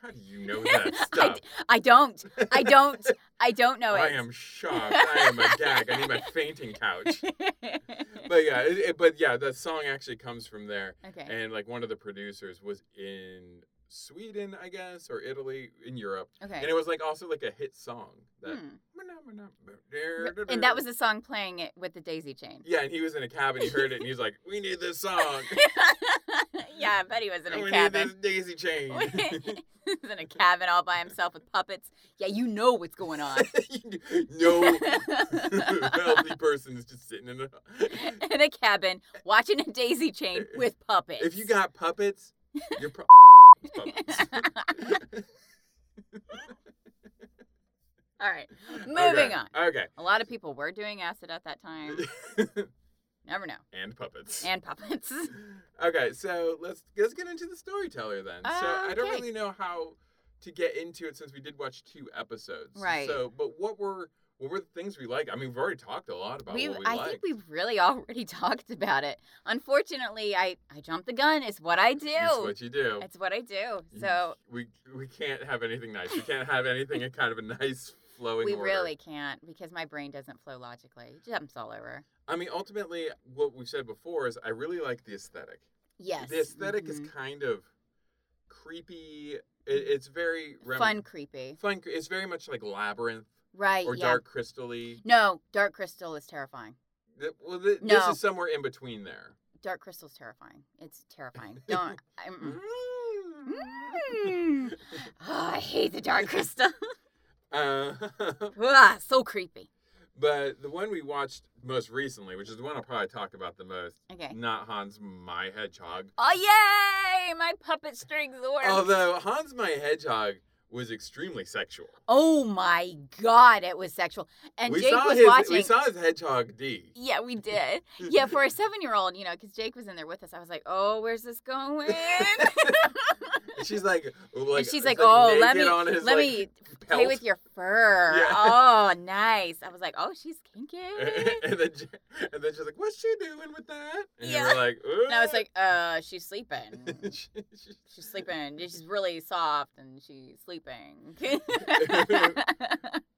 How do you know that I, stuff? d- I don't. I don't. I don't know it. I am shocked. I am a gag. I need my fainting couch. But yeah, it, it- but yeah, that song actually comes from there. okay. And like one of the producers was in Sweden, I guess, or Italy, in Europe, Okay. and it was like also like a hit song. That Hmm. But- And that that was the song playing it with the daisy chain. yeah, and he was in a cabin. He heard it, and he's like, "We need this song. yeah, I bet he was in and a we cabin. need this daisy chain." He's in a cabin all by himself with puppets. Yeah, you know what's going on. no healthy person is just sitting in a. in a cabin watching a daisy chain with puppets. Eh, If you got puppets, you're pro- puppets. All right. Moving Okay, on. A lot of people were doing acid at that time. Okay. Never know. and puppets. And puppets. okay, so let's let's get into the storyteller then. so I don't Okay. really know how to get into it since we did watch two episodes. Right. So, but what were what were the things we liked? I mean, we've already talked a lot about we what we I think liked. we've really already talked about it. Unfortunately, I I jumped the gun. It's what I do. It's what you do. It's what I do. You- So we we can't have anything nice. We can't have anything in kind of a nice flowing. we order. really can't because my brain doesn't flow logically. It jumps all over. I mean, ultimately, what we've said before is I really like the aesthetic. Yes. The esthetic Mhm. is kind of creepy. It, it's very rem- fun, creepy. Fun. cre- It's very much like labyrinth Right. or yeah. dark crystally. No, dark crystal is terrifying. Th- Well, th- this No. is somewhere in between there. Dark crystal's terrifying. It's terrifying. Don't. I, mm. Hmm. Mm. oh, I hate the dark crystal. Uh, Ugh, so creepy. but the one we watched most recently, which is the one I'll probably talk about the most, Okay. not Hans my Hedgehog. Oh yay! My puppet strings work. Although Hans my Hedgehog was extremely sexual. oh my god, it was sexual. And we Jake saw was his watching. we saw his hedgehog D. yeah, we did. Yeah, for a seven-year-old, you know, because Jake was in there with us. I was like, "Oh, where's this going?" And she's like, like and she's it's like, "Oh, let naked me, on his, let like, me play pelt." with your fur." Yeah. Oh, nice. I was like, "Oh, she's kinky." and then J- and then she's like, what's she doing with that? And you Yeah. were like, And I was like, "Uh, she's sleeping." "Ugh." She- she- She's sleeping. She's really soft and she's sleeping.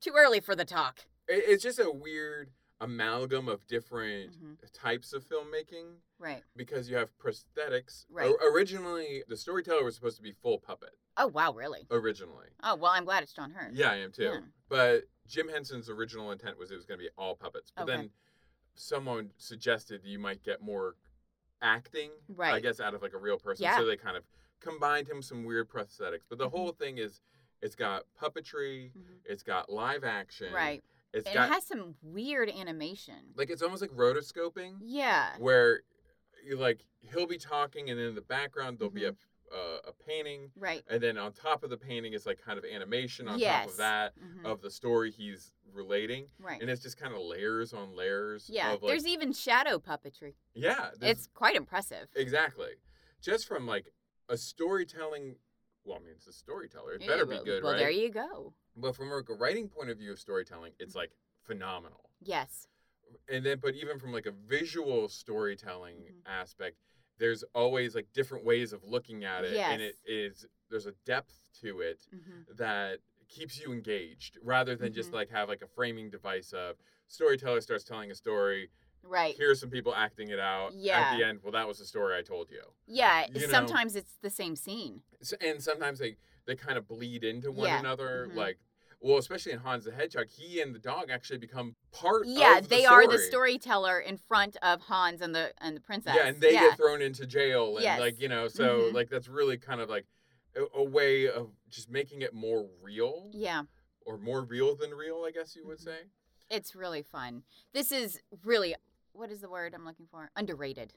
Too early for the talk. it- it's just a weird amalgam of different Mhm. types of filmmaking Right. because you have prosthetics. Right. O- originally, the storyteller was supposed to be full puppet. Oh wow, really? Originally, Oh well, I'm glad it's John Hurt. yeah, I am too. Yeah. But Jim Henson's original intent was it was going to be all puppets. But Okay. then someone suggested you might get more acting, I Right. guess, out of like a real person. Yeah. Mm-hmm. So they kind of combined him some weird prosthetics. But the whole thing is, it's got puppetry, Mhm. it's got live action, Right. It's and got it has some weird animation. like it's almost like rotoscoping. Yeah. where you like he'll be talking and then in the background there'll be a Mm-hmm. uh, a painting Right. and then on top of the painting is like kind of animation on top Yes. of that Mhm. of the story he's relating right. and it's just kind of layers on layers yeah. of like, there's even shadow puppetry. yeah there's- It's quite impressive. exactly just from like a storytelling well I mean it's a storyteller it Yeah, better be well- good Well, right there you go. but from a writing point of view of storytelling it's like phenomenal Yes. and then but even from like a visual storytelling Mhm. aspect there's always like different ways of looking at it and Yes. it is there's a depth to it hmm that keeps you engaged rather than just Mhm. like have like a framing device of storyteller starts telling a story Right. here are some people acting it out Yeah. at the end well that was the story i told you yeah. you know- sometimes it's the same scene. S- and sometimes they they kind of bleed into one Yeah. another Mhm. like well especially in hans the hedgehog he and the dog actually become part Yeah, of the they are the story. storyteller in front of Hans and the and the princess. Yeah, and they yeah. get thrown into jail, and Yes. like you know, so Mhm. like that's really kind of like a, a way of just making it more real, yeah. or more real than real, I guess you would Mhm. say. It's really fun. This is really what is the word I'm looking for? Underrated.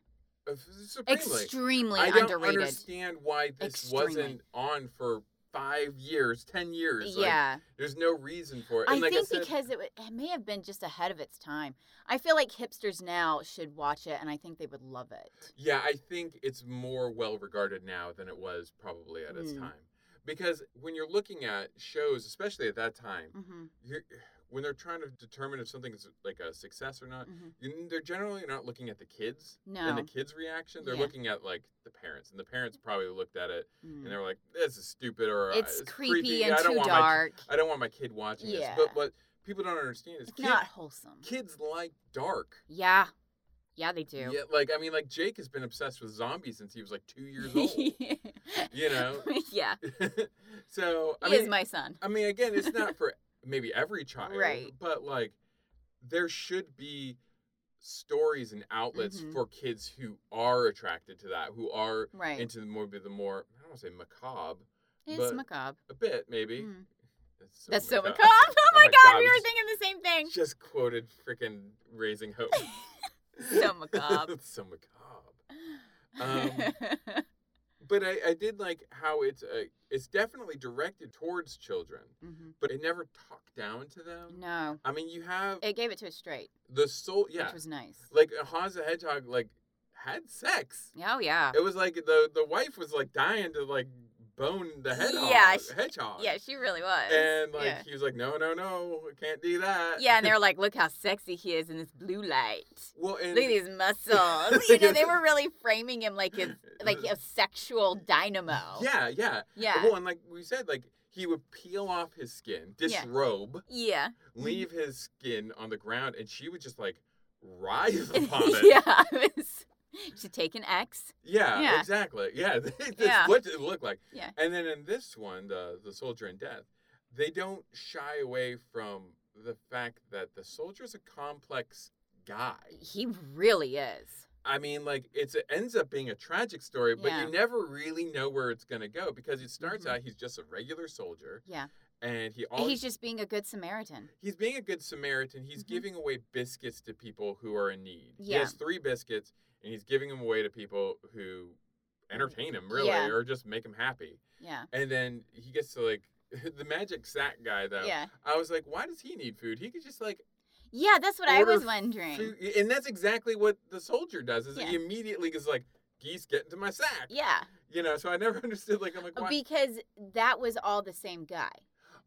Uh, f- Supremely, Extremely I don't underrated. understand why this Extremely. wasn't on for five years, ten years. Like, yeah. there's no reason for it. I And like think I said, because it, wa- it may have been just ahead of its time. I feel like hipsters now should watch it and I think they would love it. Yeah, I think it's more well regarded now than it was probably at its Mm. time. Because when you're looking at shows, especially at that time, hmm you're, when they're trying to determine if something's like a success or not, hmm you, they're generally not looking at the kids No. and the kids' reaction. They're Yeah. looking at like the parents, and the parents probably looked at it Mm. and they were like, "This is stupid," or uh, It's, creepy, and I don't too want dark. My, I don't want my kid watching Yeah. this. But what people don't understand is It's kid, not wholesome. kids like dark. Yeah. Yeah, they do. Yeah, like I mean, like Jake has been obsessed with zombies since he was like two years old. you know? yeah. so I He mean, is my son. I mean, again, it's not for maybe every child, Right. But like, there should be stories and outlets Mhm. for kids who are attracted to that, who are Right. into the more, the more I don't want to say macabre, It's But- Oh macabre. A bit, maybe. Mm. That's so That's so macabre. macabre. Oh my god, we we were just- thinking the same thing. Just quoted freaking Raising Hope. So macabre. It's so macabre. Um, But I, I did like how it's uh, it's definitely directed towards children, Mhm. but it never talked down to them. No, I mean, you have it gave it to us straight, the soul. Yeah, which was nice. like Hans the Hedgehog, like had sex. oh yeah, It was like the the wife was like dying to like bone the head off- Yeah, she- hedgehog. yeah, she really was. And like yeah. he was like, no, no, no, I can't do that. Yeah, and they were like, "Look how sexy he is in this blue light. Well, and Look at these muscles." You know, they were really framing him like his like a sexual dynamo. yeah, yeah. yeah, Well, and like we said, like he would peel off his skin, Yeah. Mm-hmm. disrobe. yeah, leave his skin on the ground and she would just like writhe upon it. yeah. yeah. it was- She'd take an X. Yeah. exactly. Yeah. That's Yeah. what it looked like. Yeah. And then in this one, the the soldier in death, they don't shy away from the fact that the soldier's a complex guy. He really is. I mean, like it's it ends up being a tragic story, but Yeah. you never really know where it's gonna go because it starts Mhm. out he's just a regular soldier Yeah, and he And always he's just being a good Samaritan. he's being a good Samaritan. He's Mhm. giving away biscuits to people who are in need. He Yeah. has three biscuits, and he's giving them away to people who entertain him, really, Yeah. or just make him happy. Yeah, And then he gets to like the magic sack guy, though. yeah, I was like, why does he need food? He could just like yeah. That's what I order was wondering. food, and that's exactly what the soldier does. Is Yeah. he immediately is like, geese get into my sack. Yeah, You know, so I never understood. Like, I'm like, why? because that was all the same guy.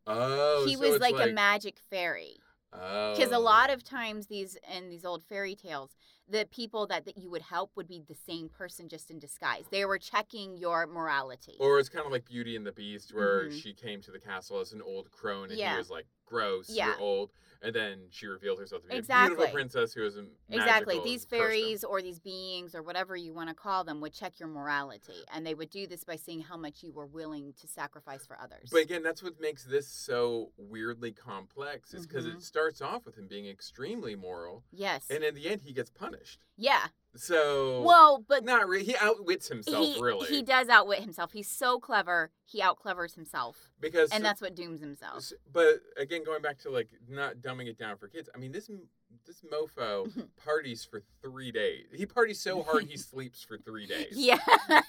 oh, he so was it's like, like a magic fairy. Oh, because a lot of times these in these old fairy tales the people that, that you would help would be the same person just in disguise they were checking your morality Or it's kind of like Beauty and the Beast, where Mhm. she came to the castle as an old crone, and Yeah. he was like, "Gross, Yeah. you're old," and then she revealed herself to be a Exactly. beautiful princess who was a exactly magical these person. fairies or these beings or whatever you want to call them would check your morality and they would do this by seeing how much you were willing to sacrifice for others But again, that's what makes this so weirdly complex, is because Mhm. it starts off with him being extremely moral, yes and in the end, he gets punished. yeah So well but not really. He outwits himself, he, really, he does outwit himself he's so clever he outclevers himself because and so- that's what dooms himself S- But again, going back to like not dumbing it down for kids. I mean, this m- this mofo Mm-hmm. parties for three days. He parties so hard he sleeps for three days. Yeah,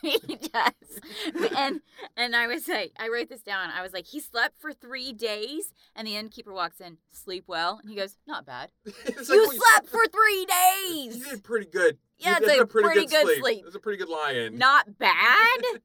he does. and and I was like, I wrote this down. I was like, he slept for three days, and the innkeeper walks in, sleep well, and he goes, not bad. It's you like, well, slept for three You days. did pretty good. You- Yeah, it's that's a pretty good sleep. That's a pretty good lion. Not bad.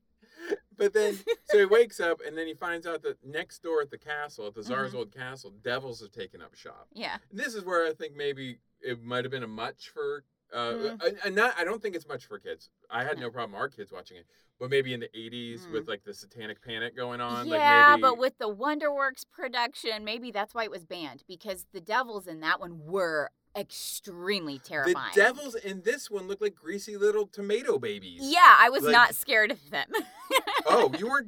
But then, so he wakes up, and then he finds out that next door at the castle, at the czar's Mhm. old castle, devils have taken up shop. Yeah, And this is where I think maybe it might have been a much for. Uh, Mm. and- and not, I don't think it's much for kids. I had No. no, problem our kids watching it, but maybe in the '80s with like the Satanic Panic going on. Hmm. yeah, like maybe, but with the WonderWorks production, maybe that's why it was banned because the devils in that one were extremely the terrifying. devils in this one look like greasy little tomato babies. Yeah, I was Like- not scared of them. Oh, you were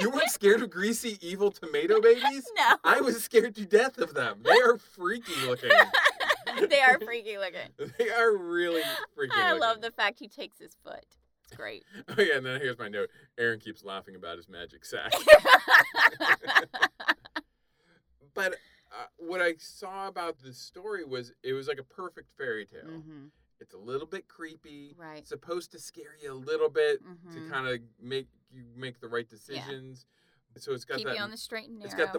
you were scared of greasy evil tomato babies? no, I was scared to death of them. They are freaky looking. they are freaky looking. they are really freaky. I love looking. the fact he takes his foot. It's great. Oh yeah, and then here's my note. Aaron keeps laughing about his magic sack. but uh, what I saw about this story was it was like a perfect fairy tale. hmm It's a little bit creepy. Right. It's supposed to scare you a little bit Mhm. to kind of make you make the right decisions. So it's got Keep that. you on the straight and narrow. it's got the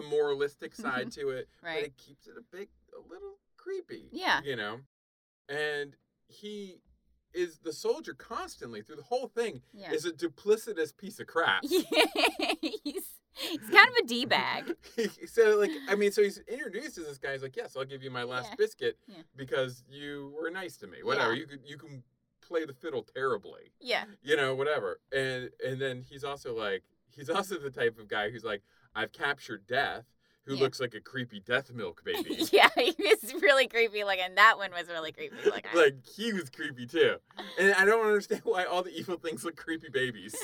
moralistic side to it, Right. but it keeps it a big, a little creepy. Yeah. You know, and he is the soldier constantly through the whole thing yeah. is a duplicitous piece of crap. he's, he's kind of a d bag. so like I mean, so he's introduced as this guy. He's like, "Yes, I'll give you my last Yeah. biscuit Yeah. because you were nice to me. Whatever. Yeah. You could you can play the fiddle terribly. Yeah. You know, whatever. And and then he's also like he's also the type of guy who's like, I've captured death, who Yeah. looks like a creepy death milk baby. yeah, he was really creepy looking. That one was really creepy looking. like he was creepy too. And I don't understand why all the evil things look creepy babies.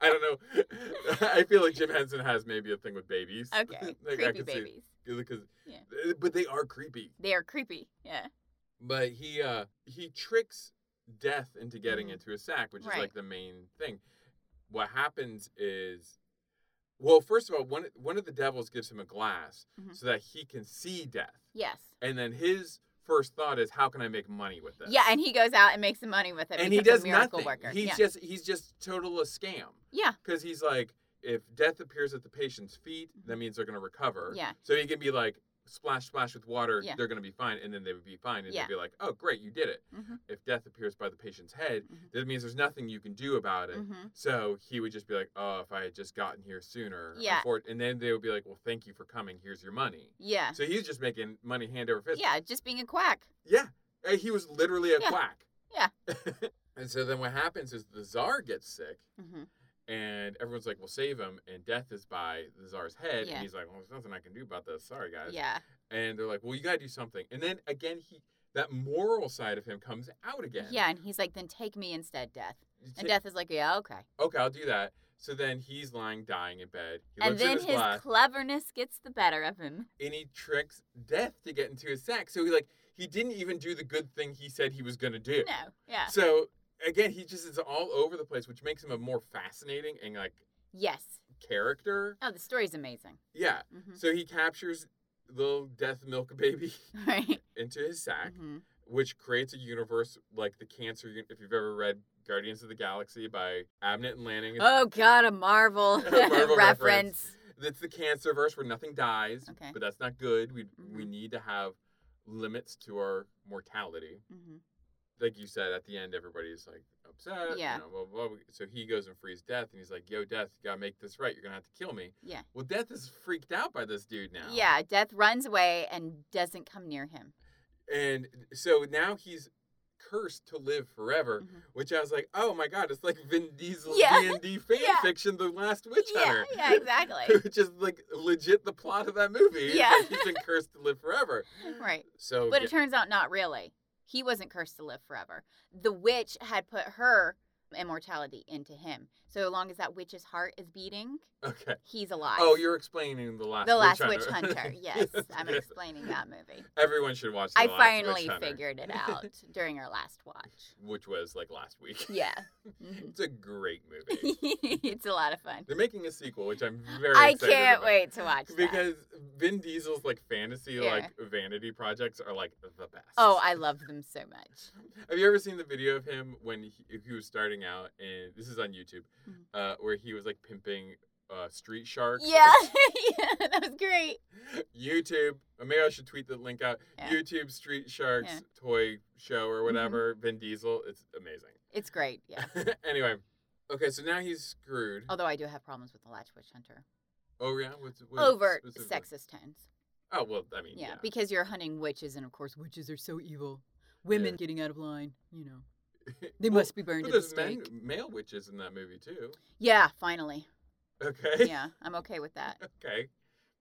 I don't know. I feel like Jim Henson has maybe a thing with babies. okay, Like, I creepy could see- babies. because Yeah. uh, but they are creepy They are creepy. Yeah. but he uh he tricks death into getting Mhm. into his sack which is Right. like the main thing what happens is Well, first of all, one one of the devils gives him a glass Mhm. so that he can see death, Yes. and then his first thought is, "How can I make money with this?" Yeah, and he goes out and makes some money with it. and he becomes does a miracle nothing. Worker. He's yeah. just he's just total a scam yeah. because he's like, if death appears at the patient's feet, Mm-hmm. that means they're gonna recover. Yeah. So he can be like, splash, splash with water, Yeah. they're gonna be fine, and then they would be fine, and Yeah. they'd be like, "Oh, great, you did it." Mhm. If death appears by the patient's head, Mhm. that means there's nothing you can do about it. Mhm. So he would just be like, "Oh, if I had just gotten here sooner." Yeah. unfor- And then they would be like, "Well, thank you for coming. Here's your money." Yeah. So he's just making money hand over fist. Yeah, just being a quack. Yeah. Uh, He was literally a Yeah. quack. Yeah. and so then what happens is the czar gets sick, hmm and everyone's like, "Well, save him." And death is by the czar's head, Yeah. and he's like, "Well, there's nothing I can do about this. Sorry, guys." Yeah. And they're like, "Well, you gotta do something." And then again, he that moral side of him comes out again. Yeah, and he's like, then take me instead, Death. You And ta- Death is like, yeah, okay. Okay, I'll do that. So then he's lying, dying in bed. He and looks at then his, his glass, cleverness gets the better of him. and he tricks death to get into his sack. So he like he didn't even do the good thing he said he was gonna do. No, yeah. So again, he just is all over the place, which makes him a more fascinating and like Yes. character. Oh, the story's amazing. Yeah. hmm So he captures little death milk baby Right. into his sack, hmm which creates a universe like the cancer. uni- If you've ever read Guardians of the Galaxy by Abnett and Lanning, it's, Oh God, a Marvel, Marvel reference. reference. it's the cancer verse where nothing dies, Okay. but that's not good. We we Mhm. need to have limits to our mortality. hmm like you said, at the end, everybody's like upset. Yeah. You know, blah, blah, blah. So he goes and frees Death, and he's like, "Yo, Death, you gotta make this right. You're gonna have to kill me." Yeah. Well, Death is freaked out by this dude now. Yeah. Death runs away and doesn't come near him. And so now he's cursed to live forever. Mhm. Which I was like, "Oh my God, it's like Vin Diesel's Yeah. D and D fan Yeah. fiction, The Last Witch Yeah. Hunter." Yeah. Exactly. Which is like legit the plot of that movie. It's Yeah. like he's been cursed to live forever. right. So But Oh, yeah, it turns out not really. He wasn't cursed to live forever. The witch had put her immortality into him. So long as that witch's heart is beating, okay. he's alive. Oh, you're explaining the last the Last witch Witch hunter. Hunter. Yes, I'm yes. explaining that movie. Everyone should watch. The I Last finally Witch Hunter, figured it out during our last watch. which was like last week. Yeah. Mhm. it's a great movie. it's a lot of fun. They're making a sequel, which I'm very. I excited can't about. wait to watch that. because Vin Diesel's like fantasy Yeah. like vanity projects are like the best. Oh, I love them so much. have you ever seen the video of him when he, he was starting out? And this is on YouTube, Mhm. uh, where he was like pimping uh, street sharks. Yeah, yeah, that was great. YouTube. Or maybe I should tweet the link out. Yeah. YouTube Street Sharks Yeah. Mm-hmm. toy show or whatever. Vin Diesel. It's amazing. It's great. Yeah. anyway, okay, so now he's screwed. Although I do have problems with the Latch Witch Hunter. oh yeah, what's, what's Overt specifically- sexist tones. Oh well, I mean, Yeah, yeah. because you're hunting witches, and of course, witches are so evil. Women Yeah. getting out of line, you know, they Well, must be burned But at the there's stake. men, male witches in that movie too. Yeah, finally. Okay. Yeah, I'm okay with that. okay.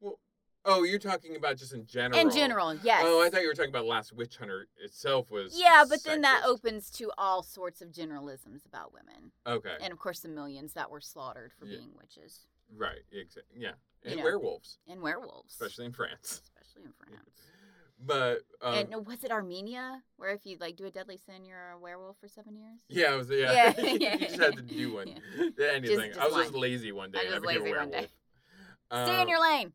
Well, oh, you're talking about just in general. In general, yes. Oh, I thought you were talking about Last Witch Hunter itself was. Yeah, but then that sexist. opens to all sorts of generalisms about women, Okay. and of course, the millions that were slaughtered for Yeah. being witches right. Exa- yeah. And know. werewolves, and werewolves, especially in France. especially in France. But um, and no, was it Armenia where if you like do a deadly sin, you're a werewolf for seven years? Yeah, I was, yeah. Yeah, yeah, you just had to do one. Anything. just I was just one. lazy one day. I and I was became a lazy one day. werewolf. Stay in Um, your lane.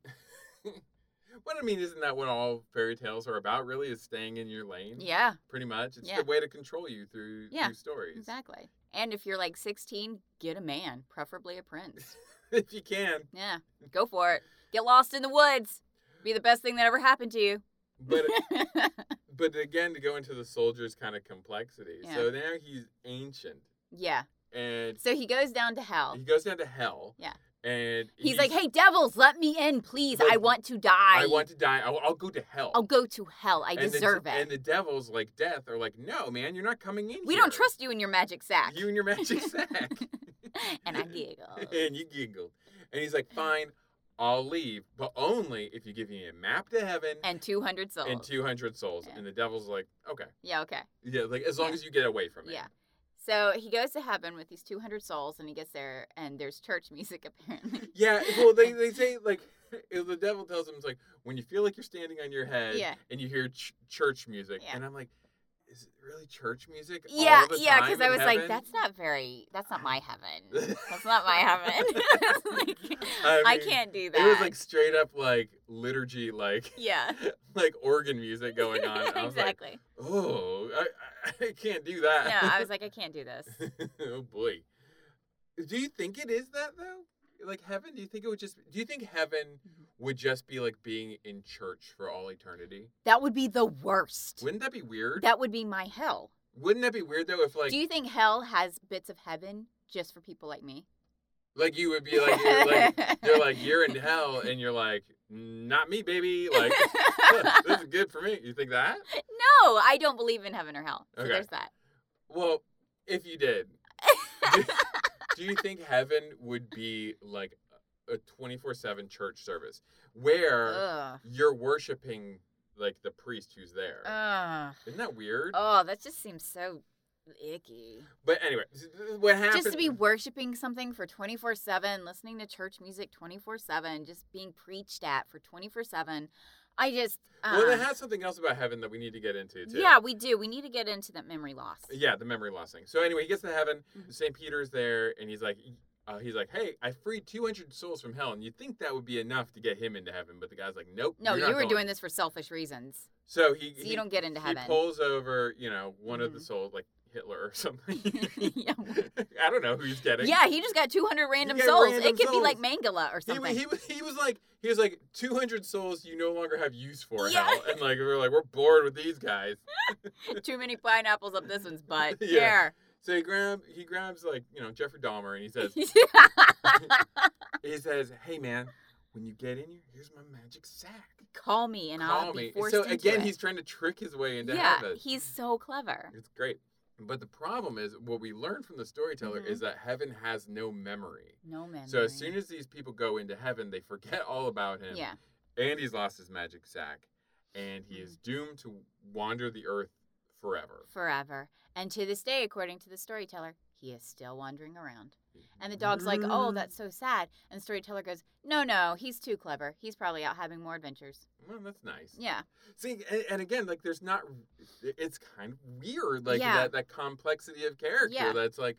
What I mean isn't that what all fairy tales are about? Really, is staying in your lane. Yeah, Pretty much, it's Yeah. the way to control you through Yeah, through stories. exactly. And if you're like 16, get a man, preferably a prince. if you can, Yeah, go for it. Get lost in the woods. Be the best thing that ever happened to you. but but again, to go into the soldier's kind of complexity. Yeah. So now he's ancient, yeah. and So he goes down to hell. he goes down to hell. Yeah. And He's, like, "Hey devils, let me in, please. I Like, want to die. I want to die. I'll, I'll go to hell. I'll go to hell. I and the de- deserve it. And the devils, like death, are like, no, man, you're not coming in. we don't here. trust you in your magic sack." you and your magic sack. and I giggle. and you giggled. And he's like, fine, I'll leave, but only if you give me a map to heaven And 200 souls. and 200 souls. Yeah. And the devil's like, okay. yeah, okay. Yeah, like as long Yeah. as you get away from it. Yeah. So he goes to heaven with these 200 souls and he gets there and there's church music apparently. Yeah, well, they, they say, like, the devil tells him, it's like, when you feel like you're standing on your head Yeah. and you hear ch- church music, Yeah. and I'm like, is it really church music? all Yeah, the yeah, time because I in was like, heaven? that's not very, that's not my heaven. That's not my heaven. Like, I, I mean, can't do that. It was like straight up like liturgy, like yeah, like organ music going on. I was like, exactly. oh, I, I- I can't do that. no, I was like, I can't do this. oh boy. Do you think it is that though? Like heaven? Do you think it would just? Do you think heaven Mm-hmm. would just be like being in church for all eternity? That would be the worst. Wouldn't that be weird? That would be my hell. Wouldn't that be weird though? If like do you think hell has bits of heaven just for people like me? like you would be like, you're like they're like you're in hell and you're like not me baby like this is good for me. You think that? no, I don't believe in heaven or hell. So Okay. there's that. Well, if you did, do, do you think heaven would be like a 24/7 church service where Ugh. you're worshiping like the priest who's there. Ugh. Isn't that weird? Uh, Oh, that just seems so icky. but anyway, s- s- what happened? Just to be worshiping something for 24 7, listening to church music 24 7, just being preached at for 24 7. I just. Uh, well, it has something else about heaven that we need to get into too. yeah, we do. We need to get into that memory loss. Yeah, the memory loss thing. So anyway, he gets to heaven. Mhm. Saint Peter's there, and he's like, uh, he's like, hey, I freed 200 souls from hell, and you think that would be enough to get him into heaven? But the guy's like, nope. No, you're you not were going." doing this for selfish reasons. So he So he, you don't get into he heaven. pulls over, you know, one of the Mhm. souls, like Hitler or something. Yeah. I don't know who he's getting. Yeah, he just got 200 random got souls. random it could be souls. like Mangala or He, something. he, he was like he was like 200 souls you no longer have use for Yeah. hell and like we are like we're bored with these guys Too many pineapples up this one's butt. Yeah. so he grab he grabs like you know Jeffrey Dahmer and he says There. he says hey man when you get in here here's my magic sack Call me and call I'll me be forced so into again it. he's trying to trick his way into yeah, heaven he's so clever. it's great but the problem is what we learn from the storyteller Mhm. is that heaven has no memory No man. so as soon as these people go into heaven they forget all about him yeah, and he's lost his magic sack, and he is Mm-hmm. doomed to wander the earth forever. forever and to this day, according to the storyteller, he is still wandering around. And the dog's like, Mm. "Oh, that's so sad." And the storyteller goes, "No, no, he's too clever. He's probably out having more adventures." Mm, Well, that's nice. Yeah, See, and, and again, like, there's not. It's kind of weird, like Yeah. that that complexity of character. Yeah. That's like,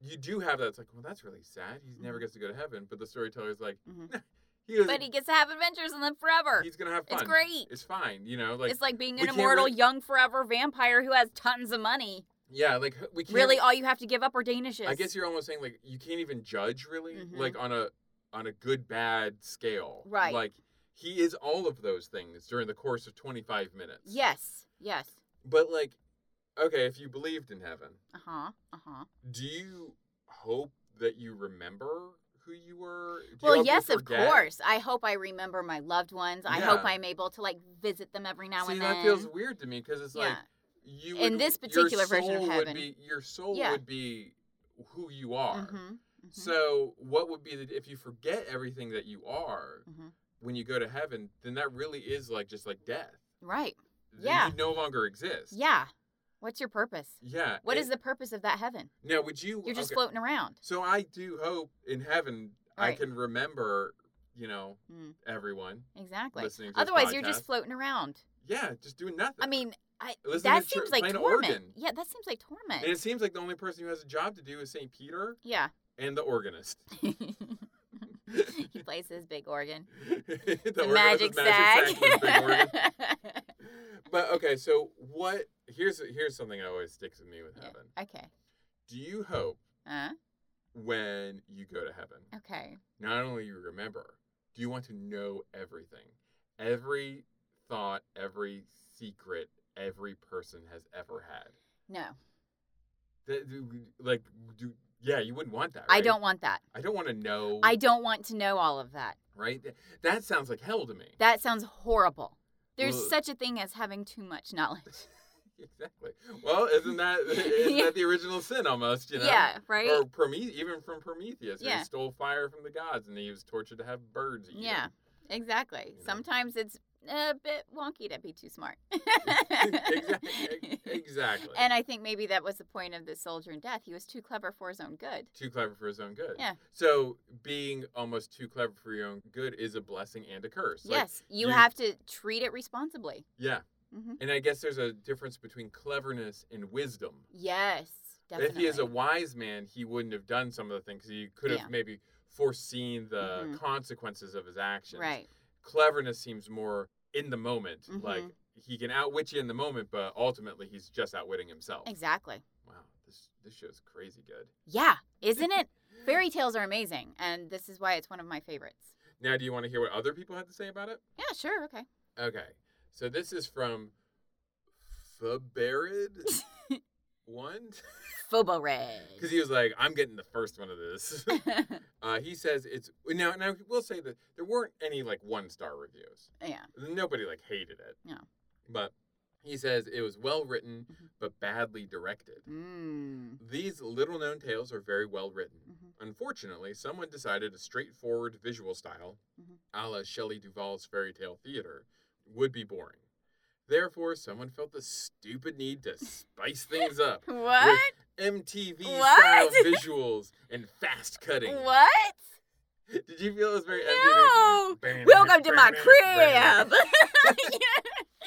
you do have that. It's like, well, that's really sad. He never Mhm. gets to go to heaven, but the storyteller's like, Mhm. he was. but he gets to have adventures and live forever. he's gonna have fun. It's great. It's fine. You know, like, it's like being we an can't immortal, wait- young, forever vampire who has tons of money. yeah, like we can't Really, all you have to give up are danishes. I guess you're almost saying like you can't even judge really Mhm. like on a on a good bad scale. Right. Like he is all of those things during the course of 25 minutes. Yes, yes. But like okay, if you believed in heaven, Uh huh. Uh huh. do you hope that you remember who you were? Do you Well, hope you yes, of forget? course. I hope I remember my loved ones. I hope Yeah. I'm able to like visit them every now See, and then. that feels weird to me because it's like Yeah. you In would- this your particular version of soul would heaven. be- your soul Yeah. would be who you are. Mhm, mhm, So, what would be the if you forget everything that you are? mhm. when you go to heaven, then that really is like just like death. Mm-hmm. Right. Then Yeah. You no longer exist. Yeah. What's your purpose? Yeah. What is it- the purpose of that heaven? Now, would you. You're just okay, floating around. So I do hope in heaven I Right. can remember, you know, Mm, everyone exactly. listening to this Otherwise, you're just podcast. floaning around. Yeah, just doing nothing. I mean, I, Listening that to tr- seems like playing an torment. organ. Yeah, that seems like torment. And it seems like the only person who has a job to do is St. Peter yeah. and the organist. he plays his big organ. the The organist magic with magic sack and the big organ. sack. But okay, so what? Here's here's something that always sticks with me with Yeah. heaven. okay. Do you hope Uh, when you go to heaven okay. not only you remember, do you want to know everything? Every thought, every secret every person has ever had. No, That- do- like, do, yeah, you wouldn't want that. I right? don't want that. I don't want to know. I don't want to know all of that. right. Th- That sounds like hell to me. That sounds horrible. There's Ugh. such a thing as having too much knowledge. exactly. Well, isn't that isn't Yeah. that the original sin almost? You know. Yeah, right? Or Prometheus, even from Prometheus, where Yeah. he stole fire from the gods, and he was tortured to have birds. Eat Yeah, him. exactly. You know. Sometimes it's a bit wonky to be too smart. exactly. e, Exactly. And I think maybe that was the point of the soldier in death. He was too clever for his own good. too clever for his own good. Yeah. So being almost too clever for your own good is a blessing and a curse. Like, yes, you, you- have to treat it responsibly. yeah. Mhm. And I guess there's a difference between cleverness and wisdom. Yes, definitely. If he is a wise man, he wouldn't have done some of the things. He could have Yeah. maybe foreseen the Mhm. consequences of his actions. right. Cleverness seems more in the moment. Like Mhm. he can outwit you in the moment, but ultimately he's just outwitting himself. Exactly. Wow, this this show's crazy good. Yeah, isn't it? Fairy tales are amazing, and this is why it's one of my favorites. Now, do you want to hear what other people had to say about it? Yeah, sure, okay. Okay. So this is from Fabarid one Phobo Red. because he was like, "I'm getting the first one of this." uh, he says it's now. Now we'll say that there weren't any like one star reviews. yeah. Nobody like hated it. No. But he says it was well written Mhm. but badly directed. Mm. These little known tales are very well written. Mhm. Unfortunately, someone decided a straightforward visual style, Mhm. a la Shelley Duvall's fairy tale theater, would be boring. Therefore, someone felt the stupid need to spice things up What? MTV style What? visuals and fast cutting. What? Did you feel it was very No. MTV? Welcome to my crib.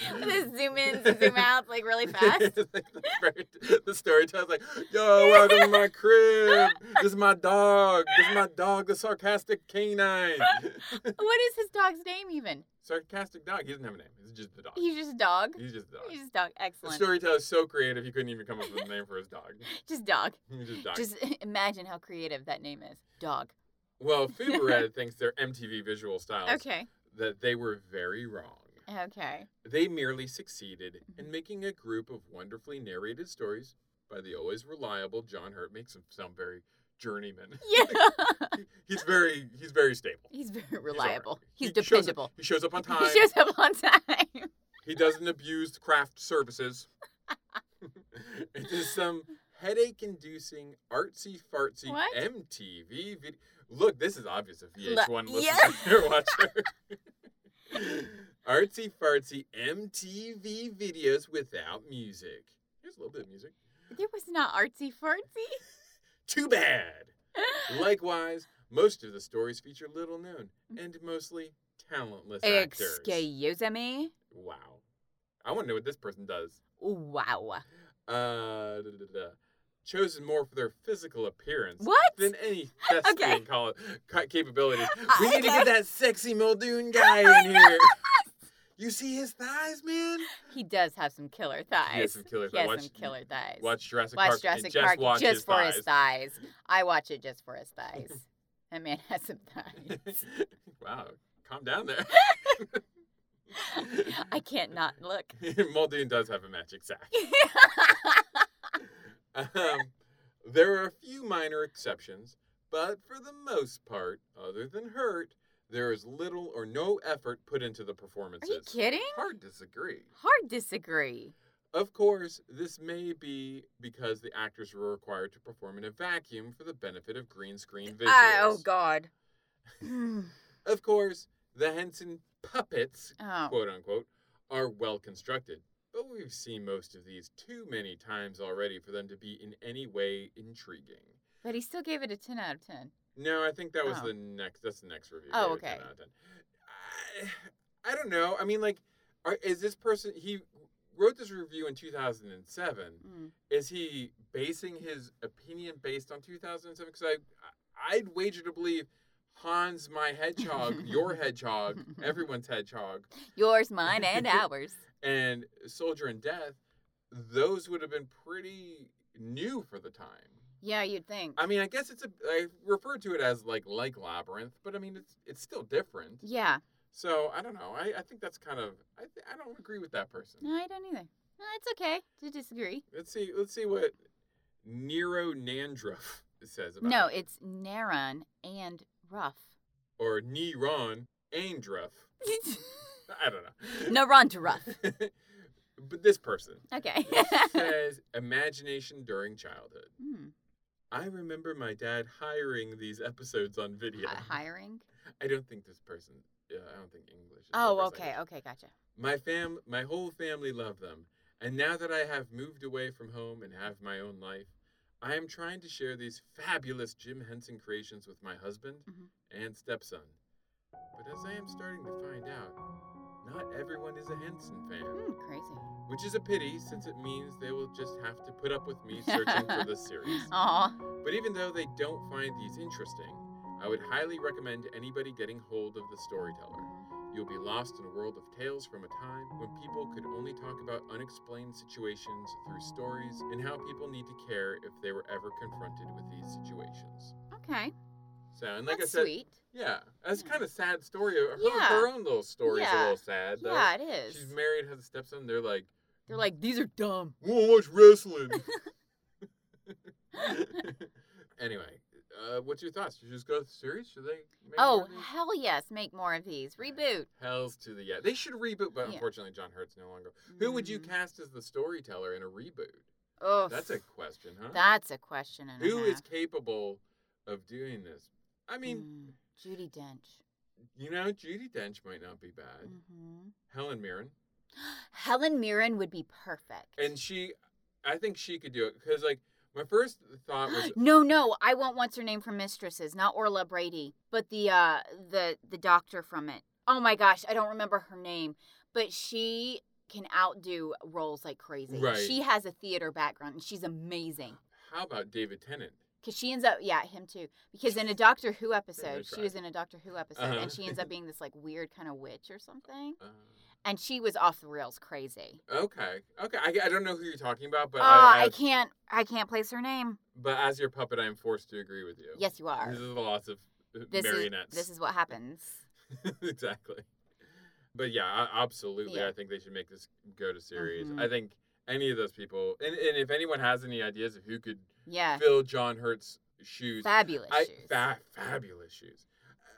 Just zoom in, zoom out, like really fast. It's like the, fairy- the storyteller's like, yo, welcome to my crib. This is my dog. This is my dog, the sarcastic canine. What is his dog's name even? sarcastic dog. He doesn't have a name. He's just the dog. He's just dog. He's just the dog. He's just dog. The Excellent. storyteller's so creative, he couldn't even come up with a name for his dog. Just dog. He's just dog. Just imagine how creative that name is. Dog. Well, Fubared thinks their MTV visual styles Okay. that they were very wrong. Okay. They merely succeeded Mm-hmm. in making a group of wonderfully narrated stories by the always reliable John Hurt. Makes him sound very journeyman. Yeah. he's very he's very stable. Ah. He's very He's all reliable. right. He's He shows up- dependable. He shows up on He time. shows up on time. He doesn't abuse craft services. it is some headache-inducing, artsy-fartsy What? MTV video. Look, this is obvious a Le- VH1 Yeah. listener or watcher. artsy-fartsy MTV videos without music. Here's a little bit of music. There was not artsy fartsy. Too bad. Likewise, most of the stories feature little known and mostly talentless actors. Excuse me. Wow. I want to know what this person does. Wow. Uh, da, da, da, da. chosen more for their physical appearance What? than any thespian Okay. col- ca- capabilities. Uh, We need to get okay. that sexy Muldoon guy in here. You see his thighs, man? He does have some killer thighs. He has some killer He thighs. has Watch, some killer thighs. watch Jurassic Watch Park. and Jurassic just Park watch just his for thighs. his thighs. I watch it just for his thighs. that man has some thighs. wow, calm down there. I can't not look. Muldoon does have a magic sack. Um, there are a few minor exceptions, but for the most part, other than Hurt, there is little or no effort put into the Are you performances. kidding? Hard to disagree. Hard disagree. Of course, this may be because the actors were required to perform in a vacuum for the benefit of green screen visuals. Ah, oh Mm. God. Of course, the Henson puppets, oh. quote unquote, are well constructed, but we've seen most of these too many times already for them to be in any way intriguing. But he still gave it a ten out of ten. No, I think that was Oh. the next. That's the next review. Oh, Gave it a 10 okay. out of 10. I, I don't know. I mean, like, are, is this person? He wrote this review in 2007. Mm. Is he basing his opinion based on 2007? Because I, I'd wager to believe Hans, my hedgehog, your hedgehog, everyone's hedgehog, Yours, mine, and ours. and Soldier in Death, those would have been pretty new for the time. Yeah, you'd think. I mean, I guess it's a. I refer to it as like like labyrinth, but I mean it's it's still different. yeah. So I don't know. I, I think that's kind of. I th- I don't agree with that person. No, I don't either. No, it's okay to disagree. Let's see. Let's see what Nero Nandruff says about No, it. it's Naron and Ruff. or Neron Andruff. I don't know. Naron to Ruff. but this person Okay. says imagination during childhood. Hmm. I remember my dad hiring these episodes on video. Hi- hiring. I don't think this person. Yeah, I don't think English. Is their Oh, first okay, language. okay, gotcha. My fam, my whole family love them, and now that I have moved away from home and have my own life, I am trying to share these fabulous Jim Henson creations with my husband Mhm. and stepson. But as I am starting to find out, Not everyone is a Henson fan, Hmm, crazy. which is a pity since it means they will just have to put up with me searching for this series. Aw. But even though they don't find these interesting, I would highly recommend anybody getting hold of The Storyteller. You'll be lost in a world of tales from a time when people could only talk about unexplained situations through stories and how people need to care if they were ever confronted with these situations. Okay. So, and like That's I said, sweet. yeah, that's Yeah. kind of sad story. Her, Yeah. her own little story is a Yeah. little sad. Though. Yeah, it is. She's married, has a stepson. They're like, They're like, these are dumb. we want to watch wrestling. anyway, uh, what's your thoughts? Should you just go with the series? Should they? Make more Oh, of these? hell yes. Make more of these. Reboot. Hells to the yeah. They should reboot, but Yeah. unfortunately, John Hurt's no longer. Who would you Mm. cast as the storyteller in a reboot? Oh, That's a question, huh? That's a question. And Who a is half. capable of doing this? I mean, Mm, Judy Dench. you know, Judy Dench might not be bad. hmm Helen Mirren, Helen Mirren would be perfect. and she, I think she could do it because like my first thought was no, no, I want what's her name from Mistresses, not Orla Brady, but the uh the the doctor from it. Oh my gosh, I don't remember her name, but she can outdo roles like crazy. Right. She has a theater background and she's amazing. how about David Tennant? Cause she ends up, yeah, him too. Because in a Doctor Who episode, she try. was in a Doctor Who episode, Uh-huh. and she ends up being this like weird kind of witch or something. Uh, And she was off the rails, crazy. okay, okay. I, I don't know who you're talking about, but Ah, I, I, I- can't, I can't place her name. but as your puppet, I am forced to agree with you. Yes, you are. This is the loss of uh, This is, marionettes. this is what happens. exactly. But yeah, a- absolutely. Yeah. I think they should make this go to series. Mhm. I think any of those people, and, and if anyone has any ideas of who could Yeah, fill John Hurt's shoes, fabulous I, shoes. fa- fabulous shoes.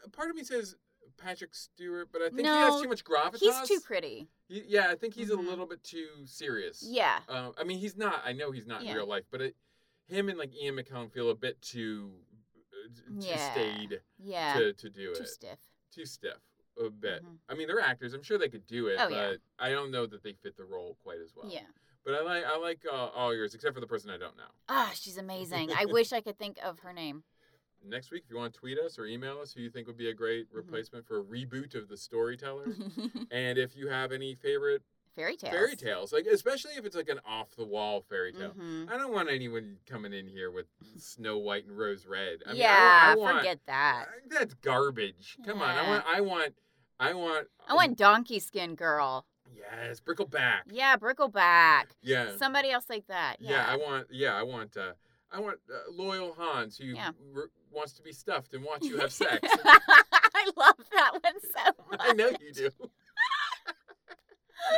Uh, Part of me says Patrick Stewart, but I think he No, has too much gravitas. He's too pretty. He- yeah, I think he's Mhm. a little bit too serious. Yeah, Um, I mean, he's not. I know he's not Yeah. in real life, but it, him and like Ian McKellen feel a bit too uh, too Yeah. staid yeah, to, to do too it stiff. too stiff a bit. Mhm. I mean, they're actors. I'm sure they could do it, Oh, but yeah. I don't know that they fit the role quite as well. Yeah. But I like I like uh, all yours except for the person I don't know. Ah, she's amazing. I wish I could think of her name. Next week, if you want to tweet us or email us, who you think would be a great Mm-hmm. replacement for a reboot of the storyteller, and if you have any favorite fairy tales. fairy tales, like especially if it's like an off the wall fairy tale. Mhm. I don't want anyone coming in here with Snow White and Rose Red. I mean, yeah, I, I want, forget that. I- that's garbage. Come on, I Yeah. want, I want, I want, um, I want Donkey Skin Girl. Yes, Brickleback. Yeah, Brickleback. Yeah. Somebody else like that. yeah. I want. Yeah, I want. Uh, I want uh, loyal Hans who Yeah. r- wants to be stuffed and watch you have sex. I love that one so much. I know you do.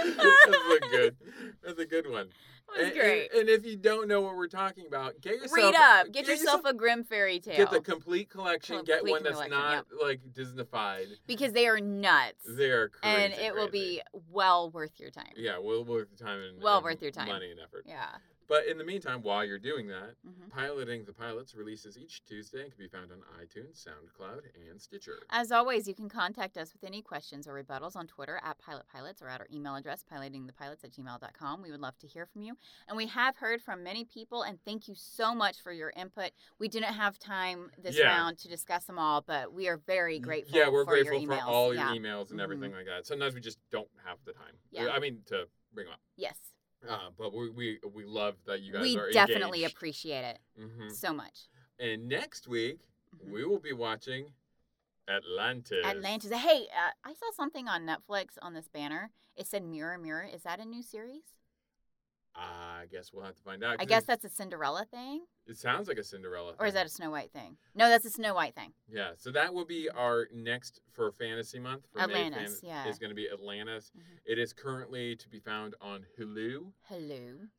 That's a good. That's a good one. It was And- great. And, and if you don't know what we're talking about, get yourself Read up. Get, yourself yourself a grim fairy tale. Get the complete collection. get Complete one that's collection, not like Disneyfied. because they are nuts. They are crazy. and it will crazy. be well worth your time. Yeah, well worth the time and Well and worth your time. money and effort. Yeah. But in the meantime, while you're doing that, Mhm. piloting the pilots releases each Tuesday and can be found on iTunes, SoundCloud, and Stitcher. As always, you can contact us with any questions or rebuttals on Twitter at PilotPilots or at our email address, pilotingthepilots at gmail.com. We would love to hear from you. And we have heard from many people, and thank you so much for your input. We didn't have time this Yeah. round to discuss them all, but we are very grateful Mm, Yeah, we're for grateful your for emails. all your e-, yeah. Mm-hmm. emails and everything like that. Sometimes we just don't have the time. Yeah. I mean to bring them up. Yes. Uh, but we, we we love that you guys We are definitely appreciate it hmm so much. And next week Mhm. we will be watching Atlantis. Atlantis. Hey, uh, I saw something on Netflix on this banner. It said Mirror, Mirror. Is that a new series? I guess we'll have to find out. I 'cause guess it- that's a Cinderella thing. it sounds like a Cinderella. Or is thing. that a Snow White thing? No, that's a Snow White thing. Yeah, so that will be our next for fantasy month. For Atlantis, May yeah. is going to be Atlantis. Mhm. It is currently to be found on Hulu, Hello.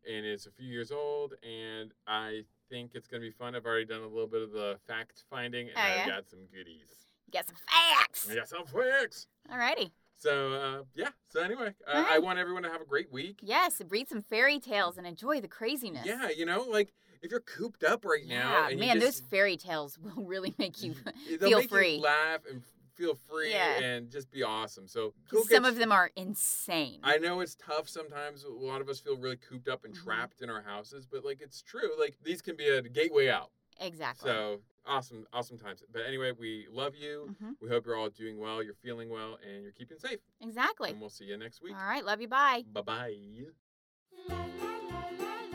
and it's a few years old. And I think it's going to be fun. I've already done a little bit of the fact finding, and Oh, I've yeah? got some goodies. You got some facts. I got some facts. Alrighty. So uh, yeah. So anyway, uh, I Alright. want everyone to have a great week. Yes, read some fairy tales and enjoy the craziness. Yeah, you know, like if you're cooped up right now, Yeah, and man, you just, those fairy tales will really make you. they'll feel make free. you laugh and feel free Yeah. and just be awesome. So go Some get of them are insane. I know it's tough sometimes. A lot of us feel really cooped up and Mhm. trapped in our houses, but like it's true. Like these can be a gateway out. Exactly. So awesome, awesome times. But anyway, we love you. Mhm. We hope you're all doing well, you're feeling well, and you're keeping safe. Exactly. And we'll see you next week. All right. Love you. Bye. Bye bye. la la la la la